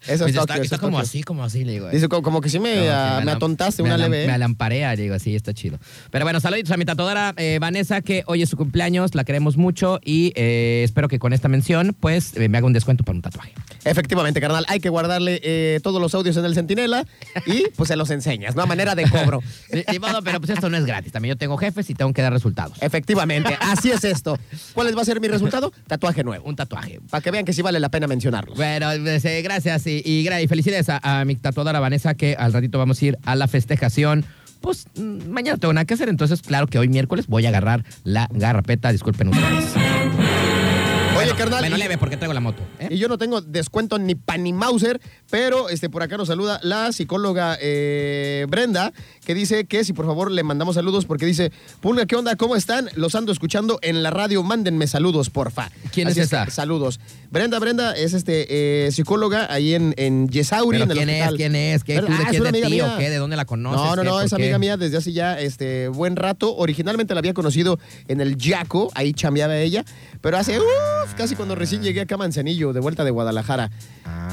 [SPEAKER 1] Eso
[SPEAKER 2] Me
[SPEAKER 1] es Tokio,
[SPEAKER 2] dice, Pues está,
[SPEAKER 1] eso
[SPEAKER 2] está
[SPEAKER 1] es
[SPEAKER 2] como
[SPEAKER 1] Tokio.
[SPEAKER 2] así, como así, le digo. eh.
[SPEAKER 1] Dice, co- como que sí
[SPEAKER 2] No,
[SPEAKER 1] me,
[SPEAKER 2] sí,
[SPEAKER 1] ah, me
[SPEAKER 2] alam-
[SPEAKER 1] atontaste
[SPEAKER 2] me
[SPEAKER 1] una
[SPEAKER 2] alam-
[SPEAKER 1] leve.
[SPEAKER 2] Me
[SPEAKER 1] ¿eh?
[SPEAKER 2] alamparea, le digo, sí, está chido. Pero bueno, saludos a mi tatuadora eh, Vanessa, que hoy es su cumpleaños, la queremos mucho y eh, espero que con esta mención, pues, eh, me haga un descuento para un tatuaje.
[SPEAKER 1] Efectivamente, carnal, hay que guardarle eh, todos los audios en el Centinela y pues se los enseñas, ¿no? A manera de cobro.
[SPEAKER 2] Sí, ni modo, pero pues esto no es gratis. También yo tengo jefes y tengo que dar resultados.
[SPEAKER 1] Efectivamente, así es esto. ¿Cuál va a ser mi resultado? Tatuaje nuevo.
[SPEAKER 2] Un tatuaje.
[SPEAKER 1] Para que vean que sí vale la pena mencionarlo.
[SPEAKER 2] Bueno, pues, eh, gracias y, y gra- y felicidades a, a mi tatuadora Vanessa, que al ratito vamos a ir a la festejación. Pues mm, mañana tengo nada que hacer, entonces claro que hoy miércoles voy a agarrar la garrapeta, disculpen ustedes.
[SPEAKER 1] Oye, carnal.
[SPEAKER 2] Bueno,
[SPEAKER 1] y-
[SPEAKER 2] leve porque traigo la moto. ¿eh?
[SPEAKER 1] Y yo no tengo descuento ni pan ni Mauser, pero este, por acá nos saluda la psicóloga eh, Brenda, que dice que si por favor le mandamos saludos, porque dice, Pulga, ¿qué onda? ¿Cómo están? Los ando escuchando en la radio, mándenme saludos, porfa.
[SPEAKER 2] ¿Quién es
[SPEAKER 1] es que,
[SPEAKER 2] esa?
[SPEAKER 1] saludos. Brenda, Brenda es este eh, psicóloga ahí en, en Yesauri,
[SPEAKER 2] ¿Pero
[SPEAKER 1] en el
[SPEAKER 2] quién
[SPEAKER 1] hospital.
[SPEAKER 2] es? ¿Quién es? ¿Qué,
[SPEAKER 1] Pero-
[SPEAKER 2] ¿Tú de
[SPEAKER 1] ah, es
[SPEAKER 2] quién
[SPEAKER 1] una
[SPEAKER 2] de
[SPEAKER 1] amiga
[SPEAKER 2] ti
[SPEAKER 1] mía.
[SPEAKER 2] o qué? ¿De dónde la conoces?
[SPEAKER 1] No, no,
[SPEAKER 2] ¿Qué?
[SPEAKER 1] no,
[SPEAKER 2] ¿Por
[SPEAKER 1] es
[SPEAKER 2] qué?
[SPEAKER 1] amiga mía desde hace ya este buen rato. Originalmente la había conocido en el Yaco, ahí chambeaba ella, pero hace uf, casi cuando recién llegué acá a Manzanillo, de vuelta de Guadalajara.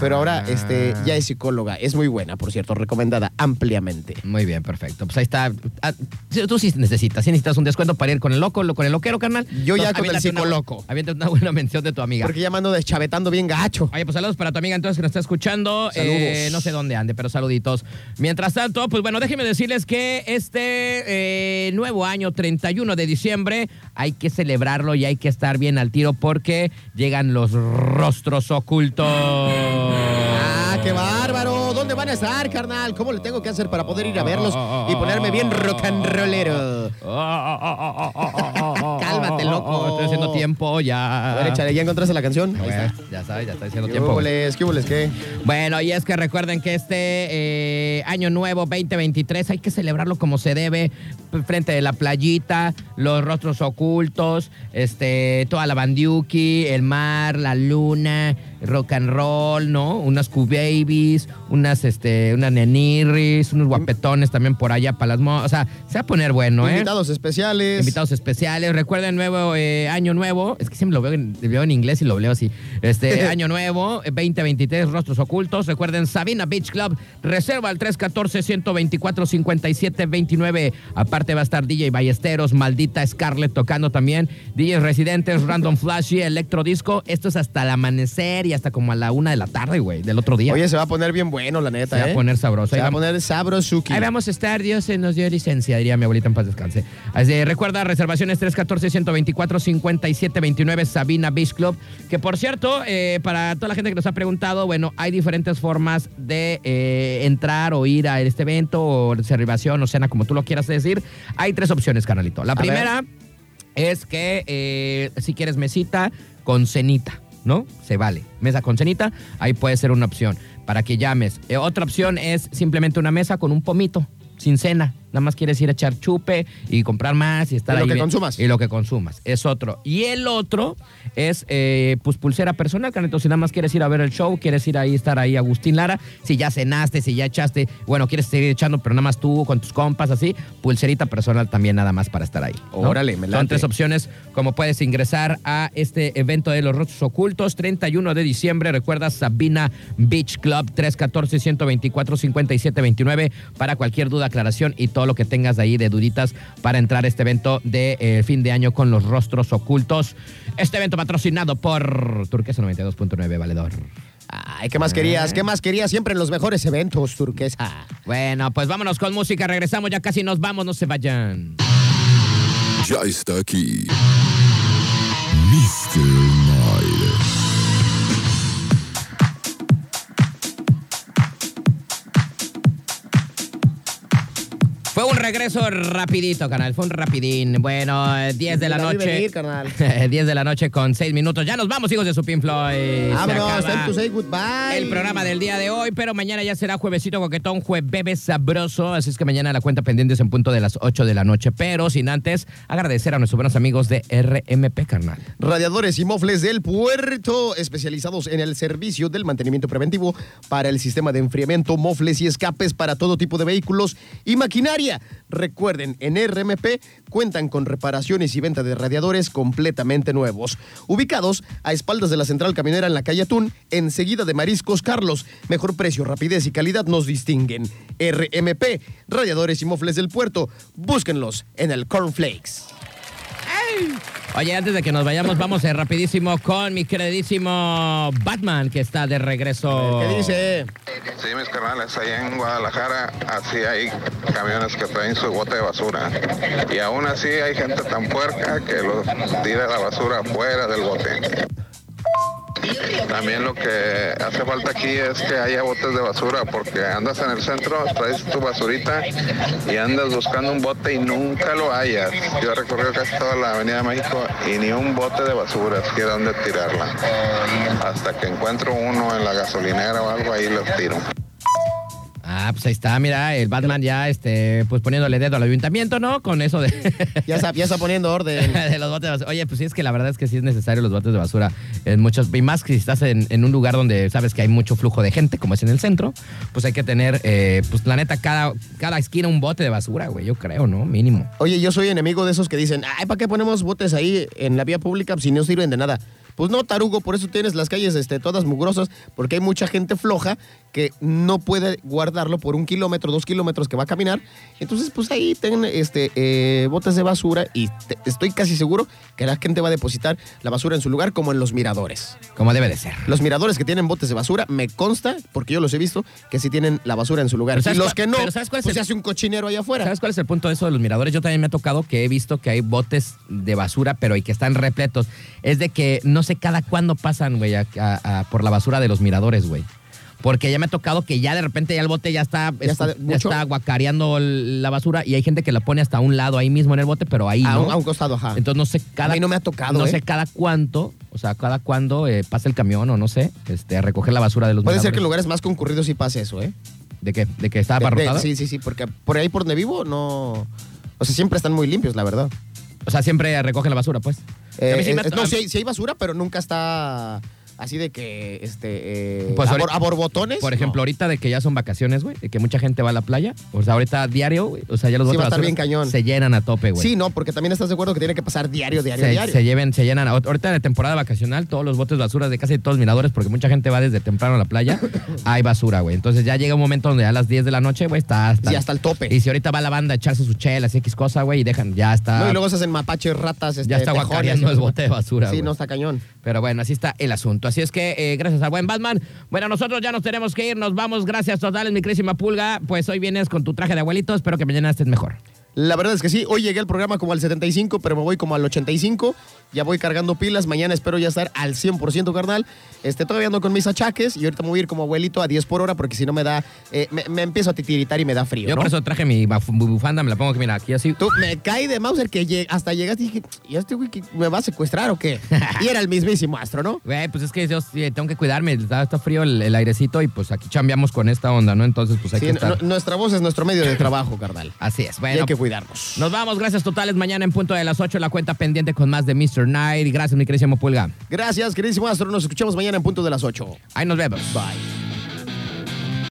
[SPEAKER 1] Pero ahora este ya es psicóloga, es muy buena, por cierto, recomendada ampliamente.
[SPEAKER 2] Muy bien, perfecto. Pues ahí está. Ah, sí, tú sí necesitas, sí necesitas un descuento para ir con el loco, lo- con el loquero, carnal.
[SPEAKER 1] Yo ya con el
[SPEAKER 2] aviéntate una-
[SPEAKER 1] psicoloco.
[SPEAKER 2] Aviéntate una buena mención de tu amiga.
[SPEAKER 1] Porque ya me ando deschavetando bien gacho.
[SPEAKER 2] Oye, pues saludos para tu amiga entonces que nos está escuchando.
[SPEAKER 1] Saludos.
[SPEAKER 2] Eh, no sé dónde ande, pero saluditos. Mientras tanto, pues bueno, déjenme decirles que este eh, nuevo año, 31 de diciembre, hay que celebrarlo y hay que estar bien al tiro porque llegan los rostros ocultos.
[SPEAKER 1] Ah, qué bárbaro. ¿Dónde van a estar, carnal? ¿Cómo le tengo que hacer para poder ir a verlos y ponerme bien rock and rollero?
[SPEAKER 2] Oh, Cálmate, loco. Estoy haciendo tiempo
[SPEAKER 1] A
[SPEAKER 2] ya.
[SPEAKER 1] ver, échale, ¿ya encontraste la canción? Ahí está.
[SPEAKER 2] Ya sabes, ya estoy haciendo
[SPEAKER 1] ¿Qué
[SPEAKER 2] Ah. tiempo.
[SPEAKER 1] huboles? ¿Qué huboles? ¿Qué?
[SPEAKER 2] Bueno, y es que recuerden que este eh, año nuevo 2023 hay que celebrarlo como se debe, p- frente de la playita, los rostros ocultos, este, toda la bandiuki, el mar, la luna, rock and roll, ¿no? Unas Q-babies, unas, este, unas nenirris,
[SPEAKER 1] Mm.
[SPEAKER 2] unos guapetones también por allá para las... mo- O sea, se va a poner bueno, ¿eh?
[SPEAKER 1] Invitados especiales.
[SPEAKER 2] Invitados especiales. Recuerden, nuevo eh, año nuevo. Es que siempre lo veo en, lo veo en inglés y lo leo así. Este año nuevo, eh, 2023, rostros ocultos. Recuerden, Sabina Beach Club, reserva al 314-124-5729. Aparte va a estar DJ Ballesteros, Maldita Scarlett tocando también. DJs residentes, Random Flash y Electro Disco. Esto es hasta el amanecer y hasta como a la una de la tarde, güey, del otro día.
[SPEAKER 1] Oye, se va a poner bien bueno, la neta.
[SPEAKER 2] Se va a
[SPEAKER 1] ¿eh?
[SPEAKER 2] poner sabroso.
[SPEAKER 1] Se
[SPEAKER 2] Ahí
[SPEAKER 1] va a
[SPEAKER 2] vamos.
[SPEAKER 1] poner sabrosuki.
[SPEAKER 2] Ahí vamos a estar, Dios eh, nos dio licencia, diría mi abuelita en paz descanse. Así, eh, recuerda, reservaciones 314-124-5729 Sabina Beach Club. Que por cierto, eh, para toda la gente que nos ha preguntado, bueno, hay diferentes formas de eh, entrar o ir a este evento o reservación o cena, como tú lo quieras decir. Hay tres opciones, carnalito. La
[SPEAKER 1] ver.
[SPEAKER 2] primera es que eh, si quieres mesita con cenita, ¿no? Se vale. Mesa con cenita, ahí puede ser una opción para que llames. Eh, otra opción es simplemente una mesa con un pomito, sin cena. Nada más quieres ir a echar chupe y comprar más y estar
[SPEAKER 1] Y lo
[SPEAKER 2] ahí
[SPEAKER 1] que
[SPEAKER 2] bien-
[SPEAKER 1] consumas.
[SPEAKER 2] Y lo que consumas. Es otro. Y el otro es eh, pues pulsera personal, Canito. Si nada más quieres ir a ver el show, quieres ir ahí, estar ahí, Agustín Lara. Si ya cenaste, si ya echaste, bueno, quieres seguir echando, pero nada más tú con tus compas, así. Pulserita personal también, nada más para estar ahí. ¿no?
[SPEAKER 1] Órale, me late.
[SPEAKER 2] Son tres opciones como puedes ingresar a este evento de los rostros ocultos. 31 de diciembre, recuerda Sabina Beach Club 314-124-5729 para cualquier duda, aclaración y todo lo que tengas de ahí de duditas para entrar a este evento de eh, fin de año con los rostros ocultos. Este evento patrocinado por Turquesa 92.9 Valedor.
[SPEAKER 1] Ay, ¿qué más
[SPEAKER 2] Eh.
[SPEAKER 1] querías? ¿Qué más querías? Siempre en los mejores eventos, turquesa.
[SPEAKER 2] Bueno, pues vámonos con música, regresamos, ya casi nos vamos, no se vayan.
[SPEAKER 6] Ya está aquí. Mr. Night.
[SPEAKER 2] Fue un regreso rapidito, canal, fue un rapidín. Bueno, eh, 10 de la
[SPEAKER 1] La vi
[SPEAKER 2] noche.
[SPEAKER 1] venir, carnal.
[SPEAKER 2] 10 de la noche con 6 minutos. Ya nos vamos, hijos de su Pink Floyd. Se
[SPEAKER 1] Vámonos,
[SPEAKER 2] acaba
[SPEAKER 1] time to say goodbye.
[SPEAKER 2] El programa del día de hoy, pero mañana ya será juevesito coquetón, jueves sabroso. Así es que mañana la cuenta pendiente es en punto de las 8 de la noche. Pero sin antes agradecer a nuestros buenos amigos de RMP, carnal.
[SPEAKER 1] Radiadores y mofles del puerto, especializados en el servicio del mantenimiento preventivo para el sistema de enfriamiento, mofles y escapes para todo tipo de vehículos y maquinaria. Recuerden, en RMP cuentan con reparaciones y venta de radiadores completamente nuevos, ubicados a espaldas de la central camionera en la calle Atún, enseguida de Mariscos Carlos. Mejor precio, rapidez y calidad nos distinguen. RMP, Radiadores y Mofles del Puerto, búsquenlos en el Cornflakes.
[SPEAKER 2] Oye, antes de que nos vayamos, vamos eh, rapidísimo con mi queridísimo Batman, que está de regreso.
[SPEAKER 1] ¿Qué dice?
[SPEAKER 4] Sí, mis carnales, allá en Guadalajara, así hay camiones que traen su bote de basura. Y aún así hay gente tan puerca que los tira la basura fuera del bote. También lo que hace falta aquí es que haya botes de basura, porque andas en el centro, traes tu basurita y andas buscando un bote y nunca lo hallas. Yo he recorrido casi toda la Avenida México y ni un bote de basura, es que dónde tirarla. Hasta que encuentro uno en la gasolinera o algo, ahí los tiro.
[SPEAKER 2] Ah, pues ahí está, mira, el Batman ya, este, pues poniéndole dedo al ayuntamiento, ¿no? Con eso de,
[SPEAKER 1] Ya está, ya está poniendo orden.
[SPEAKER 2] de los botes de basura. Oye, pues sí, es que la verdad es que sí es necesario los botes de basura en muchos, y más que si estás en, en un lugar donde sabes que hay mucho flujo de gente, como es en el centro, pues hay que tener, eh, pues la neta, cada, cada esquina un bote de basura, güey, yo creo, ¿no? Mínimo.
[SPEAKER 1] Oye, yo soy enemigo de esos que dicen, ay, ¿para qué ponemos botes ahí en la vía pública si no sirven de nada? Pues no, tarugo, por eso tienes las calles este, todas mugrosas, porque hay mucha gente floja que no puede guardarlo por un kilómetro, dos kilómetros que va a caminar. Entonces, pues ahí ten este, eh, botes de basura y te- estoy casi seguro que la gente va a depositar la basura en su lugar como en los miradores.
[SPEAKER 2] Como debe de ser.
[SPEAKER 1] Los miradores que tienen botes de basura, me consta, porque yo los he visto, que sí tienen la basura en su lugar.
[SPEAKER 2] Pero ¿sabes
[SPEAKER 1] Y los
[SPEAKER 2] cuál-
[SPEAKER 1] que no,
[SPEAKER 2] pero ¿sabes cuál es
[SPEAKER 1] pues se
[SPEAKER 2] el-
[SPEAKER 1] hace un cochinero allá afuera.
[SPEAKER 2] ¿Sabes cuál es el punto de eso de los miradores? Yo también me ha tocado que he visto que hay botes de basura, pero y que están repletos. Es de que no sé cada cuándo pasan, güey, a- a- a- por la basura de los miradores, güey. Porque ya me ha tocado que ya de repente ya el bote ya está,
[SPEAKER 1] Ya está
[SPEAKER 2] es-
[SPEAKER 1] mucho.
[SPEAKER 2] está guacareando el- la basura y hay gente que la pone hasta un lado ahí mismo en el bote, pero ahí.
[SPEAKER 1] A,
[SPEAKER 2] ¿no?
[SPEAKER 1] Ah, un, a un costado, ajá.
[SPEAKER 2] Entonces no sé
[SPEAKER 1] A
[SPEAKER 2] cada.
[SPEAKER 1] mí no me ha tocado,
[SPEAKER 2] No
[SPEAKER 1] ¿eh?
[SPEAKER 2] sé cada cuánto, o sea, cada cuándo eh, pasa el camión o no sé, este, a recoger la basura de los
[SPEAKER 1] Puede ser
[SPEAKER 2] miradores.
[SPEAKER 1] que en lugares más concurridos sí pase eso, ¿eh?
[SPEAKER 2] ¿De qué? ¿De que está
[SPEAKER 1] De- de-
[SPEAKER 2] abarrotado?
[SPEAKER 1] sí, sí, sí, porque por ahí por donde vivo no. O sea, siempre están muy limpios, la verdad.
[SPEAKER 2] O sea, siempre recogen la basura, pues.
[SPEAKER 1] Eh,
[SPEAKER 2] A mí sí me ha
[SPEAKER 1] eh,
[SPEAKER 2] to-
[SPEAKER 1] no,
[SPEAKER 2] a-
[SPEAKER 1] sí, hay- sí hay basura, pero nunca está así de que. Este, eh,
[SPEAKER 2] Pues
[SPEAKER 1] a,
[SPEAKER 2] ahorita-
[SPEAKER 1] bor- a borbotones.
[SPEAKER 2] Por ejemplo,
[SPEAKER 1] no.
[SPEAKER 2] ahorita de que ya son vacaciones, güey, de que mucha gente va a la playa, o sea, ahorita diario, güey, o sea, ya los
[SPEAKER 1] Sí,
[SPEAKER 2] botes
[SPEAKER 1] va a
[SPEAKER 2] de
[SPEAKER 1] estar
[SPEAKER 2] basura
[SPEAKER 1] bien cañón.
[SPEAKER 2] se llenan a tope, güey.
[SPEAKER 1] Sí, no, porque también estás de acuerdo que tiene que pasar diario, diario,
[SPEAKER 2] se,
[SPEAKER 1] diario.
[SPEAKER 2] se lleven, se llenan. Ahor- Ahorita de temporada vacacional, todos los botes de basura de casi todos los miradores, porque mucha gente va desde temprano a la playa, hay basura, güey. Entonces ya llega un momento donde ya a las 10 de la noche, güey, está hasta.
[SPEAKER 1] Sí, hasta el tope.
[SPEAKER 2] Y si ahorita va la banda a echarse su chelas, X cosa, güey, y dejan, ya está.
[SPEAKER 1] No, y luego se hacen mapaches, ratas, este,
[SPEAKER 2] ya está
[SPEAKER 1] tejones.
[SPEAKER 2] guacareando el bote de basura.
[SPEAKER 1] Sí,
[SPEAKER 2] güey.
[SPEAKER 1] no está cañón.
[SPEAKER 2] Pero bueno, así está el asunto. Así es que eh, gracias al buen Batman. Bueno, nosotros ya nos tenemos que ir, nos vamos. Gracias totales, mi crísima pulga. Pues hoy vienes con tu traje de abuelito, espero que mañana estés mejor.
[SPEAKER 1] La verdad es que sí, hoy llegué al programa como al 75, pero me voy como al 85. Ya voy cargando pilas, mañana espero ya estar al 100%, carnal. Este, todavía ando con mis achaques y ahorita me voy a ir como abuelito a 10 por hora porque si no me da, eh, me, me empiezo a titiritar y me da frío.
[SPEAKER 2] Yo
[SPEAKER 1] ¿no?
[SPEAKER 2] por eso traje mi baf- bufanda, me la pongo aquí, mira, aquí así.
[SPEAKER 1] Tú, me caí de Mauser que lle- hasta llegaste y dije, ¿y este güey que me va a secuestrar o qué? Y era el mismísimo astro, ¿no?
[SPEAKER 2] Güey, pues es que yo sí, tengo que cuidarme, está, está frío el, el airecito y pues aquí chambeamos con esta onda, ¿no? Entonces pues hay
[SPEAKER 1] Sí,
[SPEAKER 2] que
[SPEAKER 1] no-
[SPEAKER 2] estar...
[SPEAKER 1] nuestra voz es nuestro medio de trabajo, carnal.
[SPEAKER 2] Así es,
[SPEAKER 1] y
[SPEAKER 2] bueno.
[SPEAKER 1] hay que cuidarnos.
[SPEAKER 2] Nos vamos, gracias totales. Mañana en punto de las 8, la cuenta pendiente con más de Mr. Night. Gracias, mi queridísimo Pulga.
[SPEAKER 1] Gracias, queridísimo astro. Nos escuchamos mañana en punto de las 8.
[SPEAKER 2] Ahí nos vemos.
[SPEAKER 1] Bye.